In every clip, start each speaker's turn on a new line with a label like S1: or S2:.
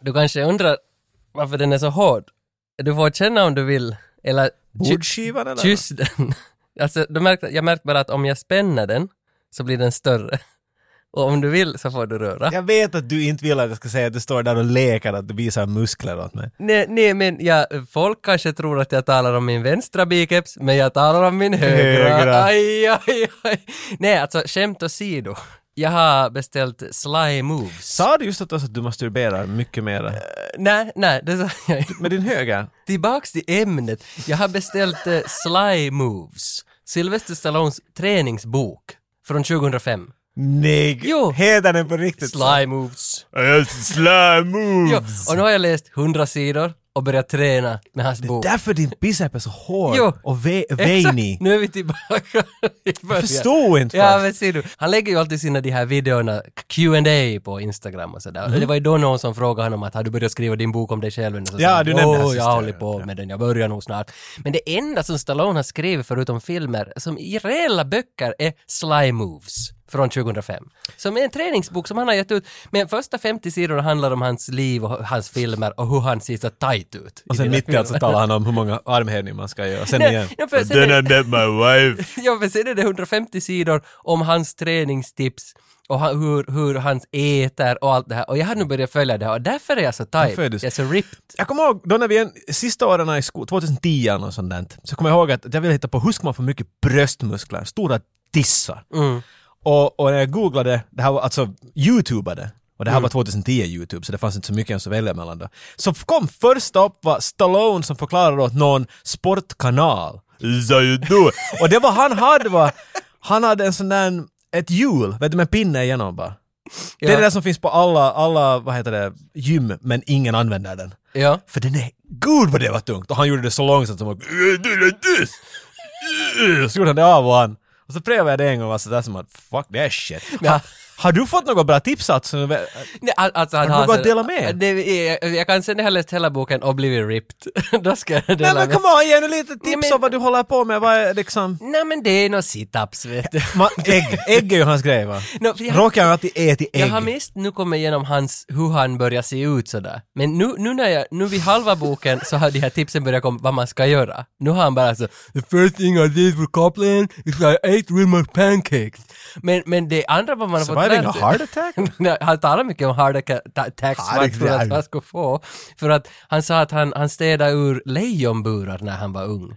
S1: Du kanske undrar varför den är så hård? Du får känna om du vill, eller ky-
S2: Bordskivan eller?
S1: kyss den. Alltså, du märkte, jag märkte bara att om jag spänner den så blir den större. Och om du vill så får du röra.
S2: Jag vet att du inte vill att jag ska säga att du står där och leker, att du visar muskler åt mig.
S1: Nej, nej, men jag, folk kanske tror att jag talar om min vänstra biceps, men jag talar om min högra.
S2: Högra.
S1: Aj, aj, aj. Nej, alltså skämt åsido. Jag har beställt Sly Moves.
S2: Sa du just åt oss att du masturberar mycket mer?
S1: Nej, nej, det sa jag inte.
S2: Med din höger?
S1: Tillbaks till ämnet. Jag har beställt eh, Sly Moves. Sylvester Stallones träningsbok från 2005.
S2: Nej,
S1: Jo.
S2: hedern är på riktigt.
S1: Sly Moves.
S2: Slime
S1: Jo,
S2: moves!
S1: och nu har jag läst 100 sidor och börjat träna med hans bok.
S2: Därför din bicep är så hård
S1: Jo.
S2: och ve-
S1: Exakt,
S2: veinig.
S1: nu är vi tillbaka i början.
S2: Jag förstod inte
S1: Ja
S2: först.
S1: men ser du, han lägger ju alltid sina de här videorna, Q&A på Instagram och sådär. Det var ju då någon som frågade honom att har du börjat skriva din bok om dig själv? Och så
S2: Ja,
S1: sa han,
S2: du nämnde
S1: "Jo,
S2: hans
S1: jag
S2: historia,
S1: håller på med den, jag börjar nog snart. Men det enda som Stallone har skrivit förutom filmer, som i reella böcker är Sly Moves från 2005. Som är en träningsbok som han har gett ut. Men första 50 sidorna handlar om hans liv och hans filmer och hur han ser så tight ut. i
S2: Och sen
S1: dina
S2: mitt i allt så
S1: filmer.
S2: talar han om hur många armhävningar man ska göra. Och sen
S1: Nej,
S2: igen.
S1: ja, för sen är-
S2: met my wife.
S1: Ja, men sen är det 150 sidor om hans träningstips och ha- hur, hur han äter och allt det här. Och jag har nu börjat följa det här och därför är jag så tight.
S2: Därför är
S1: Jag
S2: du så-
S1: är så ripped.
S2: Jag kommer ihåg, då när vi en, sista åren i skolan, 2010 och sånt där, så kommer jag ihåg att jag ville hitta på hur ska man få mycket bröstmuskler, stora tissar. Och, och när jag googlade, det här var alltså youtubade, och det här var 2010 youtube så det fanns inte så mycket ens att välja mellan då. Så kom första upp var Stallone som förklarade åt någon sportkanal. Is how you do it. och det var han hade var, han hade en sån där, ett hjul, vet du med pinne igenom bara. Det är
S1: Ja.
S2: det där som finns på alla, alla, vad heter det, gym, men ingen använder den.
S1: Ja.
S2: För den är... Gud vad det var tungt! Och han gjorde det så långsamt som "Äh, han... Äh, Så gjorde han det av och an. Och så prövade jag det en gång och var sådär som att fuck det är shit.
S1: Ja.
S2: Ha, har du fått några bra tips alltså?
S1: Nej, al- Alltså, han
S2: du
S1: har
S2: bara
S1: så-
S2: dela med?
S1: Det, är- jag, jag kan sen när jag har läst hela boken och blivit ripped. Då ska jag dela
S2: Nej men
S1: med.
S2: kom on, ge nu lite tips
S1: Nej, men-
S2: om vad du håller på med. Vad är liksom...
S1: Nej men det är nog sit-ups vet du.
S2: Ma, ägg, ägg är ju hans grej va?
S1: No, för jag-
S2: Råkar han alltid äta ägg?
S1: Jag har mest nu kommit igenom hans, hur han börjar se ut sådär. Men nu, nu när jag, nu vid halva boken så har de här tipsen börjat komma vad man ska göra. Nu har han bara så “The first thing I did for Copland is I ate with my pancakes”. Men, men det andra vad man har fått
S2: Surviving a heart attack?
S1: Nej, han talar mycket om hard attack- attacks som han
S2: Hard
S1: trodde att
S2: attack.
S1: han skulle få. För att han sa att han, han städade ur lejonburar när han var ung.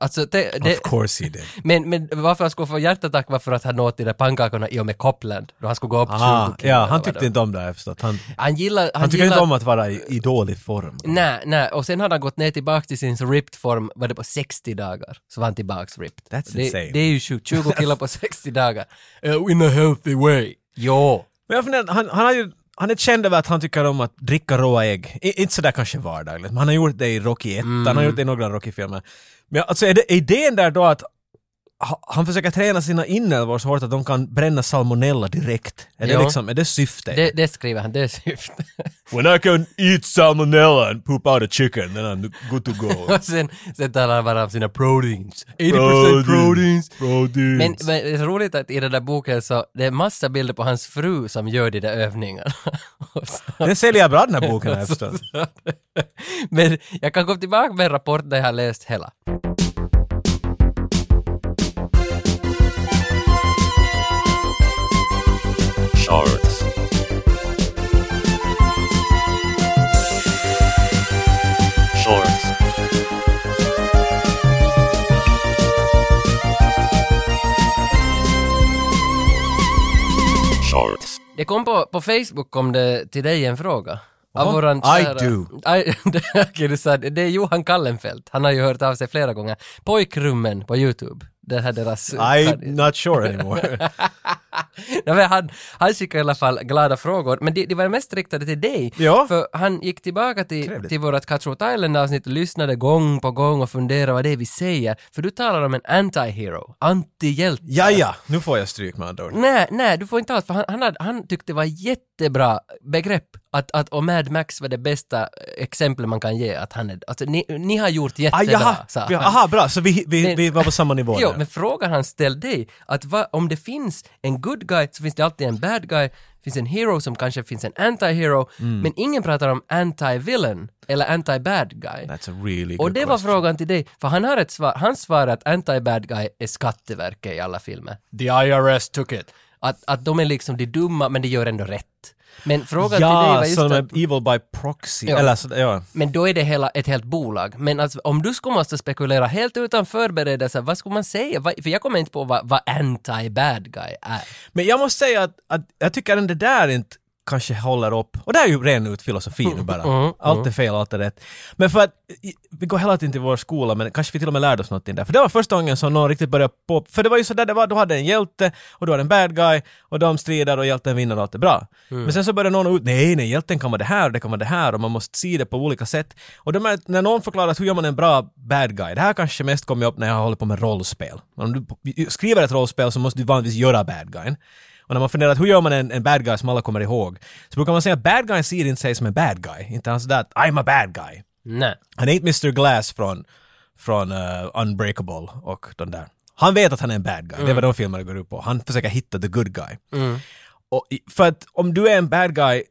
S1: Alltså det, det,
S2: Of course he did.
S1: men, men varför han skulle få hjärtattack var för att han åt de där pannkakorna i och med Copland. Då han skulle gå upp 20
S2: Aha,
S1: kilo.
S2: ja,
S1: eller
S2: han
S1: vad
S2: tyckte
S1: det
S2: inte om det har jag förstått. Han,
S1: var. Han gillar...
S2: han tycker inte
S1: gillar-
S2: om att vara i, i dålig form.
S1: Nej, nej, och sen hade han gått ner tillbaka till sin ripped form, var det på 60 dagar, så var han tillbaks ripped.
S2: That's
S1: det,
S2: insane.
S1: det är ju sjukt, 20 kilo på 60 dagar. Uh, in a healthy way. Jo.
S2: Men jag funderar, han, han, har ju, han är känd över att han tycker om att dricka råa ägg. I, inte sådär kanske vardagligt, men han har gjort det i Rocky 1,
S1: Mm.
S2: han har gjort det i några Rocky-filmer. Men alltså är, det, är idén där då att ha- han försöker träna sina inälvor så hårt att de kan bränna salmonella direkt? Är
S1: Ja.
S2: det liksom, är det syftet?
S1: Det, det skriver han, det är syftet.
S2: When I can eat salmonella and poop out a chicken then I'm good to go.
S1: och sen, sen talar han bara om sina proteins. 80% proteins.
S2: Proteins.
S1: Men, men det är roligt att i den där boken så, det är massa bilder på hans fru som gör de där övningarna. Och så-
S2: Den säljer bra den här boken har jag förstått.
S1: Men jag kan gå tillbaka med en rapport där jag har läst hela.
S3: Shorts. Shorts. Shorts.
S1: Det kom på, på Facebook kom det till dig en fråga. Av
S2: Jaha.
S1: våran
S2: I do.
S1: I, Okej, du sa det. Det är Johan Kallenfelt. Han har ju hört av sig flera gånger. Pojkrummen på YouTube. Det här deras...
S2: I'm not sure anymore.
S1: Nej, men han, han skickade i alla fall glada frågor, men det, det var mest riktade till dig.
S2: Ja.
S1: För han gick tillbaka till,
S2: Trevligt.
S1: till vårat Catch What Island-avsnitt och lyssnade gång på gång och funderade vad det är vi säger. För du talar om en anti-hero, anti-hjälte.
S2: ja, ja, nu får jag stryk med andra ord.
S1: Nej, nej, du får inte alls, för han, han, hade, han tyckte det var jättebra begrepp. att, att och Mad Max var det bästa exempel man kan ge att han är, alltså ni, ni har gjort
S2: Ah,
S1: jättebra,
S2: jaha,
S1: sa
S2: vi,
S1: han.
S2: aha, bra, så vi, vi,
S1: Men-
S2: vi var på samma nivå
S1: Jo,
S2: där.
S1: men frågan han ställde dig, att va, om det finns en good guy så finns det alltid en bad guy, finns en hero som kanske finns en anti-hero,
S2: Mm.
S1: men ingen pratar om anti-villain eller anti-bad guy.
S2: That's a really
S1: Och
S2: good
S1: det var
S2: question.
S1: frågan till dig, för han har ett svar, hans svar är att anti-bad guy är Skatteverket i alla filmer.
S4: The IRS took it.
S1: Att, att de är liksom de dumma, men de gör ändå rätt. Men frågan till dig
S2: Ja,
S1: var just
S2: som
S1: att,
S2: en evil by proxy.
S1: Ja.
S2: Eller så, ja.
S1: men då är det hela, ett helt bolag. Men alltså, om du skulle måste spekulera helt utan förberedelse, vad skulle man säga? Vad- För jag kommer inte på vad, vad anti-bad guy är.
S2: Men jag måste säga att, att jag tycker att det där inte kanske håller upp. Och det är ju ren ut filosofi nu
S1: Mm,
S2: bara. Allt är fel, allt är rätt. Men för att i- vi går hela tiden till vår skola men kanske vi till och med lärde oss någonting där. För det var första gången som någon riktigt började på... För det var ju sådär det var, du hade en hjälte och du hade en bad guy och de strider och hjälten vinner och allt är bra.
S1: Mm.
S2: Men sen så började någon ut, nej nej, hjälten kan vara det här och det kan vara det här och man måste se det på olika sätt. Och de här, när någon förklarar att hur gör man en bra bad guy, det här kanske mest kommer upp när jag håller på med rollspel. Om du p- skriver ett rollspel så måste du vanligtvis göra bad guyn. Och när man funderar att hur gör man en, en bad guy som alla kommer ihåg? Så brukar man säga att bad guy ser inte sig som en bad guy. Inte han sådär att I'm a bad guy.
S1: Nej.
S2: Han är inte Mr Glass från, från eh, Unbreakable och den där. Han vet att han är en bad guy. Det är
S1: Mm.
S2: vad de filmerna går ut på. Han försöker hitta the good guy. Och, i- för att om du är en bad guy,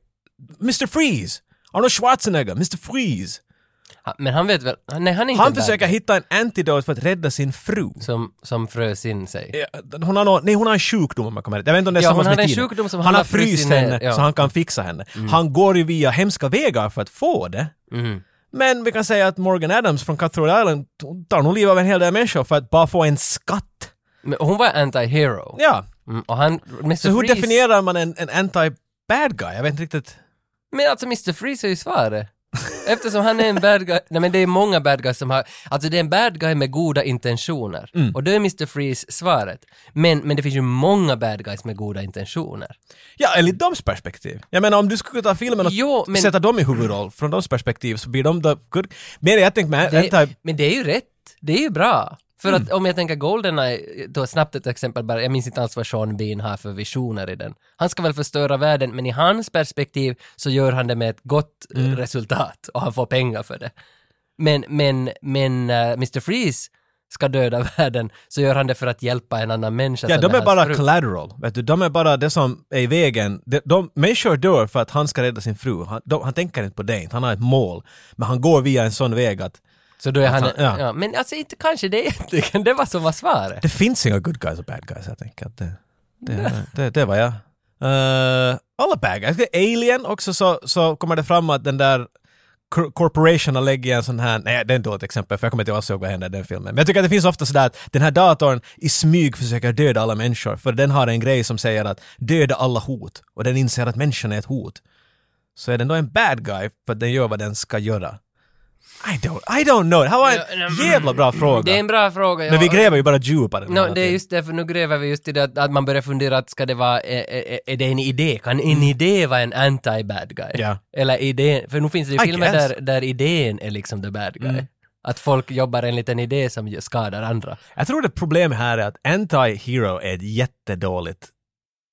S2: Mr Freeze! Arnold Schwarzenegger, Mr Freeze!
S1: Ha- Men han vet väl, han- nej han är inte en
S2: Han
S1: bad
S2: försöker
S1: guy
S2: hitta en antidot för att rädda sin fru.
S1: som, som frös in sig.
S2: Ja, Eh, Hon har, nå- nej, hon har en sjukdom om jag kommer rätt. Jag vet inte om det är
S1: Ja,
S2: samma
S1: hon
S2: som
S1: hade
S2: i
S1: en
S2: tiden.
S1: sjukdom som
S2: han
S1: han
S2: har
S1: har frusit
S2: fryst
S1: ner,
S2: henne
S1: ja. Mm.
S2: så han kan fixa henne. Han går ju via hemska vägar för att få det. Men vi kan säga att Morgan Adams från Cutthroat Island hon tar nog livet av en hel del människor för att bara få en skatt.
S1: Men hon var anti-hero.
S2: Ja,
S1: Mm, och han, Mr.
S2: så hur
S1: Freeze,
S2: definierar man en, en anti-bad guy? Jag vet inte riktigt.
S1: Men alltså Mr. Freeze är ju svaret. Eftersom han är en bad guy, nej men det är många bad guys som har, alltså det är en bad guy med goda intentioner. Och då är Mr. Freeze svaret. Men, men det finns ju många bad guys med goda intentioner.
S2: Ja, enligt deras perspektiv. Jag menar om du skulle ta filmen och
S1: Jo, men-
S2: sätta dem i huvudroll från deras perspektiv så blir de the good... Men jag tänkte med anti...
S1: Det, men det är Mm. ju rätt, det är ju bra. För att om jag tänker Goldeneye, då snabbt ett exempel bara, jag minns inte alls vad Sean Bean har för visioner i den. Han ska väl förstöra världen, men i hans perspektiv så gör han det med ett gott eh, resultat och han får pengar för det. Men, men, men eh, Mr. Freeze ska döda världen, så gör han det för att hjälpa en annan människa.
S2: Ja,
S1: som
S2: de är
S1: hans
S2: bara
S1: fru.
S2: collateral. Vet du? De är bara det som är i vägen. De, de, människor dör för att han ska rädda sin fru. Han, de, han tänker inte på det, inte. han har ett mål. Men han går via en sån väg att
S1: Så då är han,
S2: Att han-
S1: ja.
S2: ja.
S1: men alltså inte kanske det egentligen, det var som var svaret.
S2: det finns inga good guys och bad guys. Jag tänker att det, det, det, det var jag. Eh, alla bad guys. Det är Alien också så, så kommer det fram att den där cor- corporationen lägger en sån här, nej det är inte ett exempel för jag kommer inte alls ihåg vad händer i den filmen. Men jag tycker att det finns ofta sådär att den här datorn i smyg försöker döda alla människor för den har en grej som säger att döda alla hot och den inser att människan är ett hot. Så är den då en bad guy för att den gör vad den ska göra? I don't, I don't know. Det här var
S1: Ja,
S2: en
S1: mm,
S2: jävla bra fråga.
S1: Det är en bra fråga.
S2: Men vi
S1: ja.
S2: gräver ju bara djupare.
S1: No, det är just därför, nu gräver vi just i det att, att man börjar fundera att ska det vara, är, är, är det en idé? Kan en idé vara en anti-bad guy?
S2: Mm. Ja.
S1: Eller idén, för nu finns det ju
S2: I
S1: filmer
S2: guess. Mm.
S1: där, där idén är liksom the bad guy. Att folk jobbar enligt en idé som ju skadar andra.
S2: Jag tror det problem här är att anti-hero är ett jättedåligt,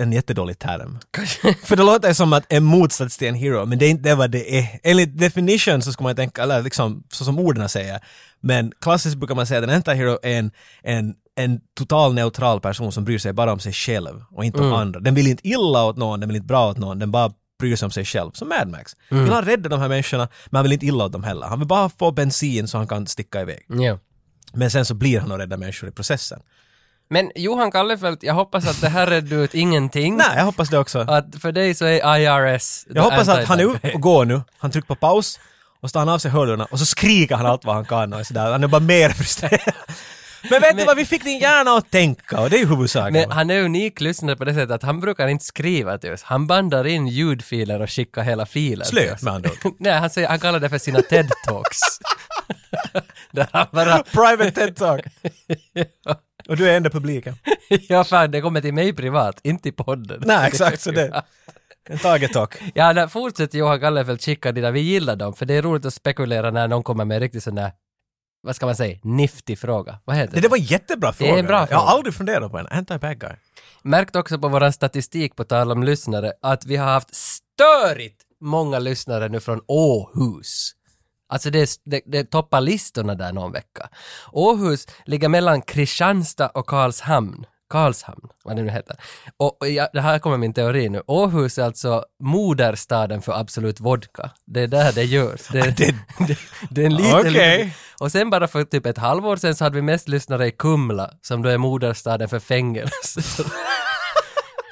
S2: en jättedålig term.
S1: Kanske.
S2: För det låter som att en motsats till en hero, men det är inte vad det är. Enligt definition så ska man tänka, eller liksom så som orden säger, men klassiskt brukar man säga att en anti-hero är en, en, en total neutral person som bryr sig bara om sig själv och inte om andra. Den vill inte illa åt någon, den vill inte bra åt någon, den bara bryr sig om sig själv. Som Mad Max. Vill han rädda de här människorna, men han vill inte illa åt dem heller. Han vill bara få bensin så han kan sticka iväg.
S1: Ja.
S2: Men sen så blir han och räddar människor i processen.
S1: Men Johan Kallefelt, jag hoppas att det här redde ut ingenting.
S2: Nej, jag hoppas det också.
S1: Att för dig så är IRS the
S2: Jag hoppas att han är
S1: anti-bad
S2: uppe
S1: guy.
S2: och går nu. Han trycker på paus och så tar han av sig hörlurarna och så skriker han allt vad han kan och är sådär. Han är bara mer frustrerad. Men vet du vad, vi fick din hjärna att tänka och det är ju huvudsaken.
S1: Men han är unik lyssnare på det sättet att han brukar inte skriva till oss. Han bandar in ljudfiler och skickar hela filen
S2: Slö,
S1: till oss.
S2: med andra ord.
S1: Nej, han, säger, han kallar det för sina TED-talks. Där han bara,
S2: Private TED Talk. Och du är enda publiken.
S1: ja fan, det kommer till mig privat, inte i podden.
S2: Nej, exakt så det. En taget talk.
S1: Ja, där fortsätter Johan Gallenfeldt skicka dina, vi gillar dem, för det är roligt att spekulera när någon kommer med riktigt sån där, vad ska man säga, nifty fråga. Vad heter
S2: Det,
S1: det?
S2: det var en jättebra
S1: är
S2: fråga.
S1: en bra
S2: Jag
S1: fråga.
S2: har aldrig funderat på en anti-bad guy.
S1: Märkt också på våran statistik, på tal om lyssnare, att vi har haft störigt många lyssnare nu från Åhus. Alltså det, det, det toppar listorna där någon vecka. Åhus ligger mellan Kristianstad och Karlshamn. Karlshamn, vad det nu heter. Och och ja, det här kommer min teori nu. Åhus är alltså moderstaden för Absolut Vodka. Det är där det görs. Det, det, det är en liten,
S2: Okej.
S1: Och sen bara för typ ett halvår sen så hade vi mest lyssnare i Kumla, som då är moderstaden för fängelse.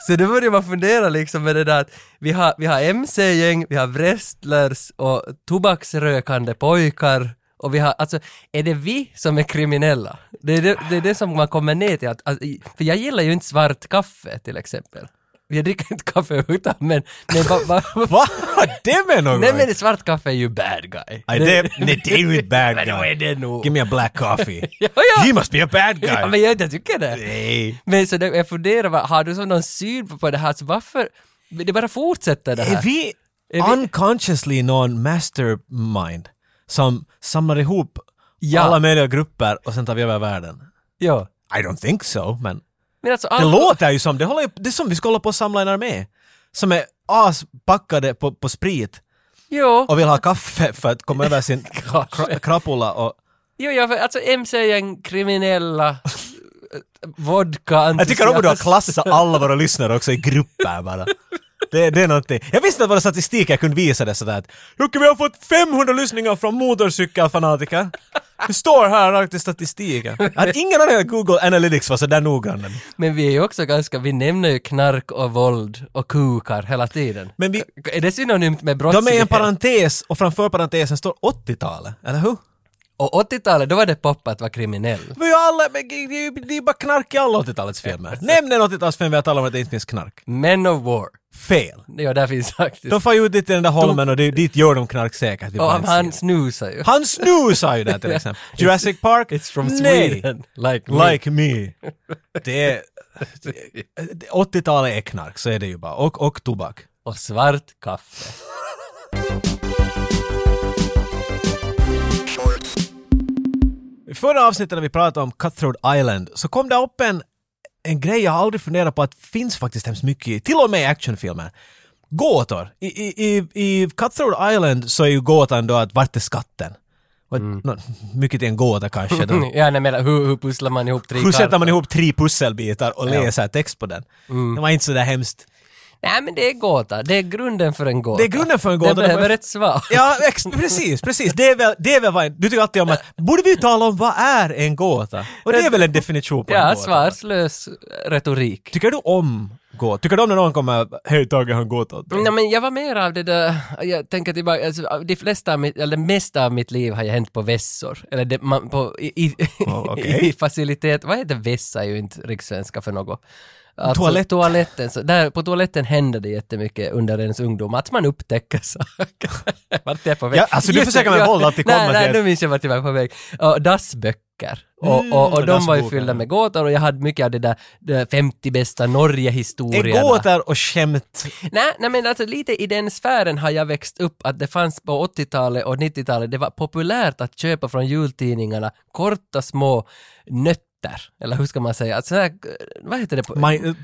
S1: Så då börjar man fundera liksom med det där att vi har, vi har MC-gäng, vi har wrestlers och tobaksrökande pojkar och vi har, alltså är det vi som är kriminella? Det är det, det, är det som man kommer ner till att, att, för jag gillar ju inte svart kaffe till exempel. Jag dricker inte kaffe utan men, men va, va,
S2: Vad har det med något?
S1: nej men svart kaffe är ju bad guy.
S2: Nej, det, nej, det är ju ett bad
S1: Men då är
S2: guy.
S1: det nog.
S2: Give me a black coffee.
S1: Ja, ja.
S2: He must be a bad
S1: Ja,
S2: guy.
S1: men jag, jag tycker det.
S2: Nej.
S1: Men så det, jag funderar, vad- har du som någon syn på- på det här, så varför, det bara fortsätter det här.
S2: Är vi
S1: Är vi-
S2: unconsciously någon mastermind som samlar ihop
S1: Ja.
S2: alla möjliga grupper och sen tar vi över världen?
S1: Ja.
S2: I don't think so, men
S1: Men alltså,
S2: det
S1: alko-
S2: låter ju som det. Håller, ju- det är som vi ska hålla på och samla en armé som är aspackade på, på sprit
S1: Jo,
S2: och vill ha kaffe för att komma över sin kra,
S1: Kaffe.
S2: kra, krapula och...
S1: jo, ja, för alltså MC-gäng, kriminella, äh, vodka
S2: Jag tycker om att du har klassat alla våra lyssnare också i grupper bara. Det, det är någonting. Jag visste att våra statistiker kunde visa det sådär att Jocke, vi har fått 500 lyssningar från motorcykelfanatiker. Det står här rakt i statistiken. Jag hade ingen aning att Google Analytics var sådär noggrann.
S1: Men vi är ju också ganska, vi nämner ju knark och våld och kukar hela tiden.
S2: Men vi,
S1: Är det synonymt med brottslighet?
S2: de är i en parentes och framför parentesen står 80-talet, eller hur?
S1: Och 80-talet, då var det pop att vara kriminell.
S2: Vi har alla, men det är ju- det är ju bara knark i alla 80-talets filmer. Nämn en 80-talsfilm vi har talat om att det inte finns knark.
S1: Men of War.
S2: Fel.
S1: Ja, där finns faktiskt.
S2: De far ju ut dit i den där holmen och det- dit gör de knark säkert. Vi
S1: och
S2: bara
S1: han,
S2: inte ser
S1: han
S2: det.
S1: snusar ju.
S2: Han snusar ju där till exempel. Jurassic Park?
S1: It's from
S2: Nej.
S1: Sweden. Like me.
S2: Like me. Det är... det- 80-talet är knark, så är det ju bara. Och, och tobak.
S1: Och svart kaffe.
S2: I förra avsnittet när vi pratade om Cutthroat Island så kom det upp en, en grej jag aldrig funderat på att finns faktiskt hemskt mycket i, till och med i actionfilmer. Gåtor. I, i, i, I Cutthroat Island så är ju gåtan då att vart är skatten? Och, nå, mycket är en gåta kanske. Då.
S1: Mm. ja, nej, men hur, hur pusslar man ihop tre
S2: Hur sätter
S1: kartor?
S2: man ihop tre pusselbitar och läser text på den?
S1: Mm.
S2: Det var inte så där hemskt
S1: Nej, men det är gåta. Det är grunden för en gåta.
S2: Det är grunden för en gåta.
S1: Det behöver
S2: Det-
S1: ett svar.
S2: Ja, ex- precis, precis. Det är väl, det är väl vad, du tycker alltid om att, borde vi tala om vad är en gåta? Och det är väl en definition på en
S1: Ja,
S2: gåta?
S1: svarslös retorik.
S2: Tycker du om gåta? Tycker du om när någon kommer, hej Tage, jag har en gåta åt dig"?
S1: Nej, men jag var mer av det där, jag tänker tillbaka, alltså, de flesta av mitt, eller det mesta av mitt liv har jag hänt på vässor. Eller det, man, på, i, i,
S2: Oh, okej.
S1: i facilitet, vad heter vässa är ju inte rikssvenska för något. Alltså,
S2: Toalett.
S1: Toaletten, så där, på toaletten händer det jättemycket under ens ungdom, att man upptäcker saker. Vart är jag på väg?
S2: Ja, alltså, du
S1: Just
S2: försöker
S1: det,
S2: med
S1: ja.
S2: våld alltid komma
S1: Nej, nej,
S2: till-
S1: nu minns jag vart jag var på väg. Och dassböcker. Och,
S2: Mm,
S1: och, och de var ju
S2: dassboken,
S1: fyllda
S2: ja.
S1: med gåtor och jag hade mycket av det där de 50 bästa
S2: Är
S1: Norge-historierna.
S2: gåtor och skämt,
S1: Nej, nej men alltså lite i den sfären har jag växt upp att det fanns på 80-talet och 90-talet, det var populärt att köpa från jultidningarna korta små nötter, eller hur ska man säga, alltså, så här, vad heter det på?
S2: mind, eh,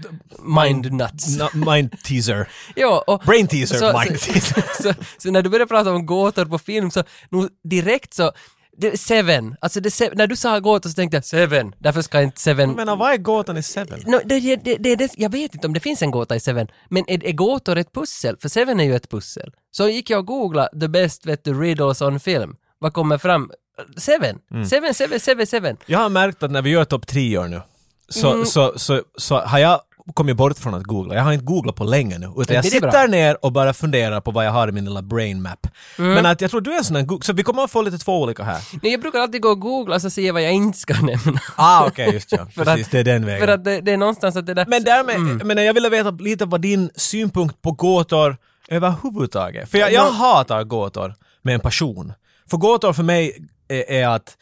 S1: Mind nuts.
S2: na- mind teaser,
S1: Ja, och,
S2: brain teaser,
S1: Så-
S2: mind
S1: så-
S2: teaser.
S1: så, så när du började prata om gåtor på film så nog direkt så det, Seven, alltså det, se- när du sa gåtor så tänkte jag Seven, därför ska inte Seven...
S2: Jag menar, vad är gåtan i Seven?
S1: No, det, det, det, det, det, jag vet inte om det finns en gåta i Seven, men är, är gåtor ett pussel? För Seven är ju ett pussel. Så gick jag och googlade the best vet du, riddles on film. Vad kommer fram? Seven!
S2: Mm.
S1: Seven, seven, seven, seven!
S2: Jag har märkt att när vi gör topp tre år nu, så,
S1: Mm.
S2: så, så, så har jag kommit bort från att googla. Jag har inte googlat på länge nu. Utan jag
S1: det är bra.
S2: sitter ner och bara funderar på vad jag har i min lilla brain map.
S1: Mm.
S2: Men att jag tror du är en sån där goog- Så vi kommer att få lite två olika här.
S1: Nej, jag brukar alltid gå och googla och så se vad jag inte ska nämna.
S2: Ah, okej, just ja.
S1: För
S2: Precis,
S1: att-
S2: det är den
S1: För
S2: vägen.
S1: att det, det är någonstans att det där...
S2: men därmed, men jag ville veta lite vad din synpunkt på gåtor överhuvudtaget. För jag, jag hatar gåtor med en passion. För gåtor för mig är, är att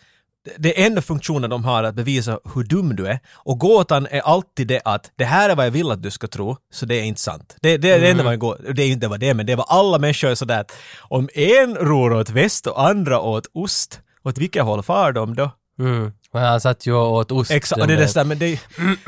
S2: det är enda funktionen de har att bevisa hur dum du är. Och gåtan är alltid det att det här är vad jag vill att du ska tro, så det är inte sant. Det, det är det enda man går, det är ju inte vad det är, men det är vad alla människor är sådär att om en ror åt väst och andra åt ost, åt vilket håll far de då?
S1: Mm. Men han satt ju och åt ost.
S2: Exakt,
S1: den
S2: och det är
S1: där.
S2: det där, men det,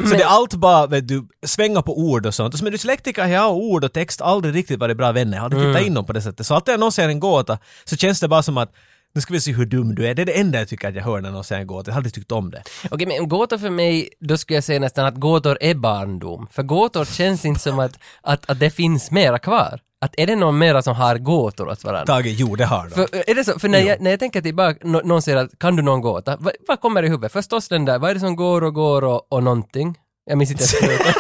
S2: så det är allt bara, vet du, svänga på ord och sånt. Och som är dyslektiker har jag ord och text aldrig riktigt varit bra vänner. Jag har aldrig tittat in dem på det sättet. Så alltid när någon säger en gåta så känns det bara som att nu ska vi se hur dum du är. Det är det enda jag tycker att jag hör när någon säger en gåta. Jag har aldrig tyckt om det.
S1: Okej, men gåtor för mig, då skulle jag säga nästan att gåtor är barndom. För gåtor känns inte som att, att, att det finns mera kvar. Att är det någon mera som har gåtor åt varandra?
S2: Tage, jo det har de.
S1: För, är det så? För när jag, när jag tänker tillbaka, nå- någon säger att kan du någon gåta? Vad, vad kommer i huvudet? Förstås den där, vad är det som går och går och, och någonting? Jag minns inte ens vad det heter.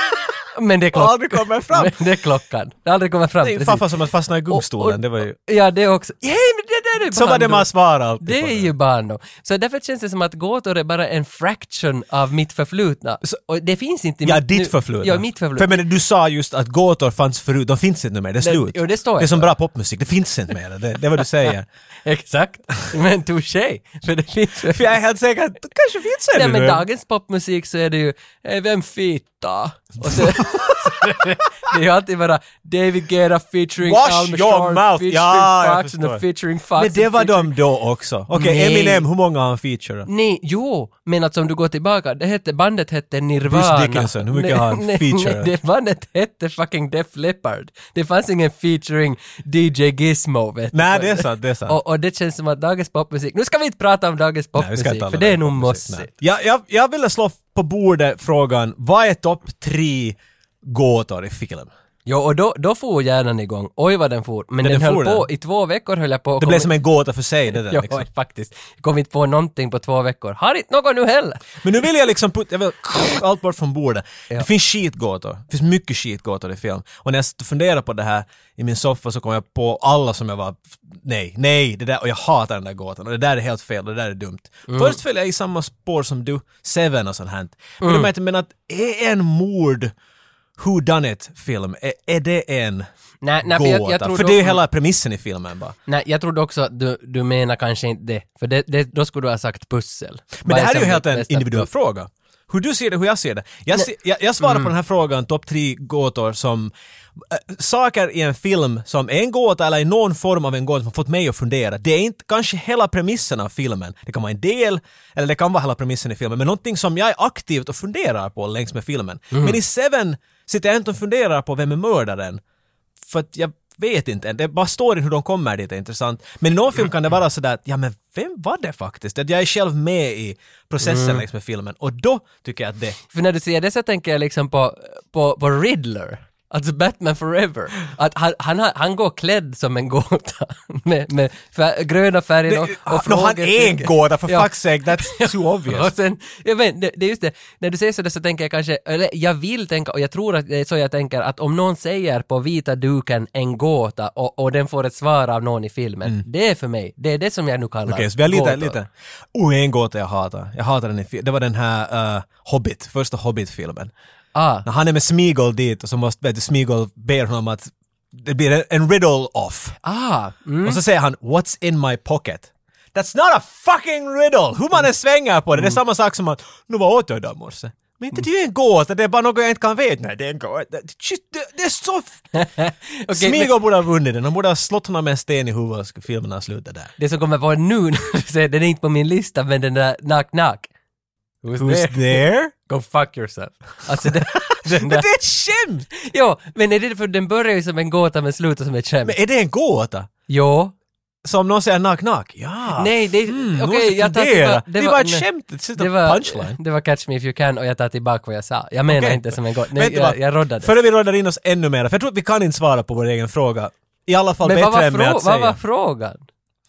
S1: Men det är klockan.
S2: aldrig kommer fram!
S1: Men det är klockan. Det har aldrig kommit fram.
S2: Det är ju
S1: precis.
S2: farfar som att fastna i
S1: Och- och-
S2: gungstolen. Det var ju...
S1: Ja, det också. Hej, men det där är ju
S2: Så var det
S1: barndom.
S2: man svarade alltid
S1: Det
S2: på
S1: är ju barndom. Så därför känns det som att gåtor är bara en fraction av mitt förflutna. och det finns inte i
S2: Ja,
S1: mitt,
S2: ditt förflutna.
S1: Ja, mitt
S2: För
S1: förflutna.
S2: men du sa just att gåtor fanns förut, de finns inte mer, det
S1: Det-
S2: är slut.
S1: jo, det står jag
S2: Det är som
S1: för.
S2: bra popmusik, det finns inte mer, det, det är vad du säger.
S1: Exakt. Men touché. För det finns
S2: För jag är helt säker att det kanske finns
S1: Nej
S2: ännu
S1: men
S2: nu.
S1: dagens popmusik så är det ju "Eh, “Vem fitta?” och så, så är det- Det är ju alltid bara David Guetta featuring
S2: Wash
S1: Alma
S2: your
S1: Shore,
S2: mouth.
S1: featuring
S2: Ja, jag
S1: Fox
S2: förstår.
S1: och featuring Fox.
S2: Men det
S1: och
S2: var
S1: featuring-
S2: de då också. Okej,
S1: Nej.
S2: Eminem, hur många har han featurat?
S1: Nej, jo, men alltså om du går tillbaka, det hette, bandet hette Nirvana.
S2: Bruce Dickinson, hur mycket har han
S1: nej,
S2: featured?
S1: Nej, det bandet hette fucking Def Leppard. Det fanns ingen featuring DJ Gizmo, vet du.
S2: Nej, det är sant, det är sant.
S1: Och, och det känns som att dagens popmusik, nu ska vi inte prata om dagens
S2: Nej, vi
S1: popmusik,
S2: ska inte
S1: för
S2: alla
S1: det är
S2: dagens
S1: nog
S2: popmusik.
S1: mossigt.
S2: Nej. Jag, jag, jag ville slå på bordet frågan, vad är topp tre gåtor i film?
S1: Ja, och då, då for hjärnan igång. Oj vad den for. Men
S2: Ja,
S1: den,
S2: den
S1: höll
S2: for
S1: på,
S2: den.
S1: i två veckor höll jag på. och
S2: Det
S1: kom
S2: blev
S1: in-
S2: som en gåta för sig, det där
S1: Ja,
S2: liksom.
S1: faktiskt. Jag kom inte på någonting på två veckor. Har inte något nu heller!
S2: Men nu vill jag liksom putta, jag vill allt bort från bordet.
S1: Ja.
S2: Det finns skitgåtor. Det finns mycket skitgåtor i film. Och när jag satt och funderade på det här i min soffa så kom jag på alla som jag var, nej, nej, det där, och jag hatar den där gåtan. Och det där är helt fel, och det där är dumt.
S1: Mm.
S2: Först föll jag i samma spår som du, Seven och sånt här. Men
S1: Mm.
S2: du märkte, men att är en mord Who done it film, är, är det en
S1: Nej, nej, för
S2: gåta?
S1: jag- jag tror
S2: För, det är ju
S1: då-
S2: hela premissen i filmen bara.
S1: Nej, jag trodde också att du, du menar kanske inte det. För det, det, då skulle du ha sagt pussel.
S2: Men
S1: Vad
S2: det här är ju
S1: som
S2: helt
S1: det
S2: en
S1: bästa
S2: individuell
S1: pussel?
S2: fråga. Hur du ser det, hur jag ser det. Jag, se, jag, jag svarar på den här frågan, topp tre gåtor som äh, saker i en film som är en gåta eller i någon form av en gåta som har fått mig att fundera. Det är inte kanske hela premissen av filmen. Det kan vara en del, eller det kan vara hela premissen i filmen, men någonting som jag är aktivt och funderar på längs med filmen. Men i Seven sitter jag inte och funderar på vem är mördaren. För att jag vet inte än. Det är bara storyn hur de kommer dit är intressant. Men i någon film kan det vara sådär att, ja men vem var det faktiskt? Att jag är själv med i processen
S1: Mm.
S2: längs med filmen. Och då tycker jag att det...
S1: För när du säger det så tänker jag liksom på, på, på Riddler. Alltså Batman Forever. Att han, han, har- han går klädd som en gåta. med med fär, gröna färgen och, och
S2: Nå, han är en
S1: frågetecken.
S2: gåta för
S1: Ja.
S2: fuck's sake, that's too
S1: Och
S2: obvious.
S1: sen, jag vet, det, det är just det, när du säger sådär så tänker jag kanske, eller jag vill tänka, och jag tror att det är så jag tänker, att om någon säger på vita duken en gåta och, och den får ett svar av någon i filmen, det är för mig, det är det som jag nu kallar
S2: Mm. Okej, så vi har lite,
S1: gåtor.
S2: lite... Oh, en gåta jag hatar. Jag hatar den i fi- Det var den här eh, Hobbit, första Hobbit-filmen.
S1: Ah,
S2: När han är med Smeagol dit och så måste, vet du, Smeagol ber honom att det blir en, en riddle off.
S1: ah, mm.
S2: Och så säger han “What's in my pocket?” That's not a fucking riddle! Hur man än svänger på det,
S1: Mm.
S2: det är samma sak som att “Nu vad åt jag idag i morse?” Men inte det är ju en gåta, det är bara något jag inte kan veta. Nej, det är en gåta. Shit, det, det är så...
S1: Okej, men-
S2: Smigo borde ha vunnit den, han borde ha slått honom med en sten i huvudet och skulle filmen ha slutat där.
S1: det som kommer på nu när du säger, den är inte på min lista, men den där knock knock. Who's,
S2: Who's there?
S1: Go fuck yourself. Alltså den, den
S2: Men
S1: där,
S2: det är ett skämt!
S1: jo, men är det för den börjar ju som en gåta men slutar som ett skämt.
S2: Men är det en gåta?
S1: Jo.
S2: Så om någon säger knock knock, ja.
S1: Nej, det,
S2: Mm,
S1: okej,
S2: okay,
S1: jag tar
S2: det,
S1: tillbaka,
S2: det är bara ett
S1: nej.
S2: skämt, det
S1: Det
S2: är
S1: var,
S2: punchline.
S1: det var Catch Me If You Can och jag tar tillbaka vad jag sa. Jag menar
S2: Okej.
S1: inte som en gång. Nej,
S2: Vet du
S1: jag,
S2: vad?
S1: jag roddade.
S2: Före vi roddar in oss ännu mer, för jag tror att vi kan inte svara på vår egen fråga. I alla fall
S1: men vad var,
S2: bättre än med
S1: frå-
S2: att
S1: vad var
S2: säga.
S1: frågan?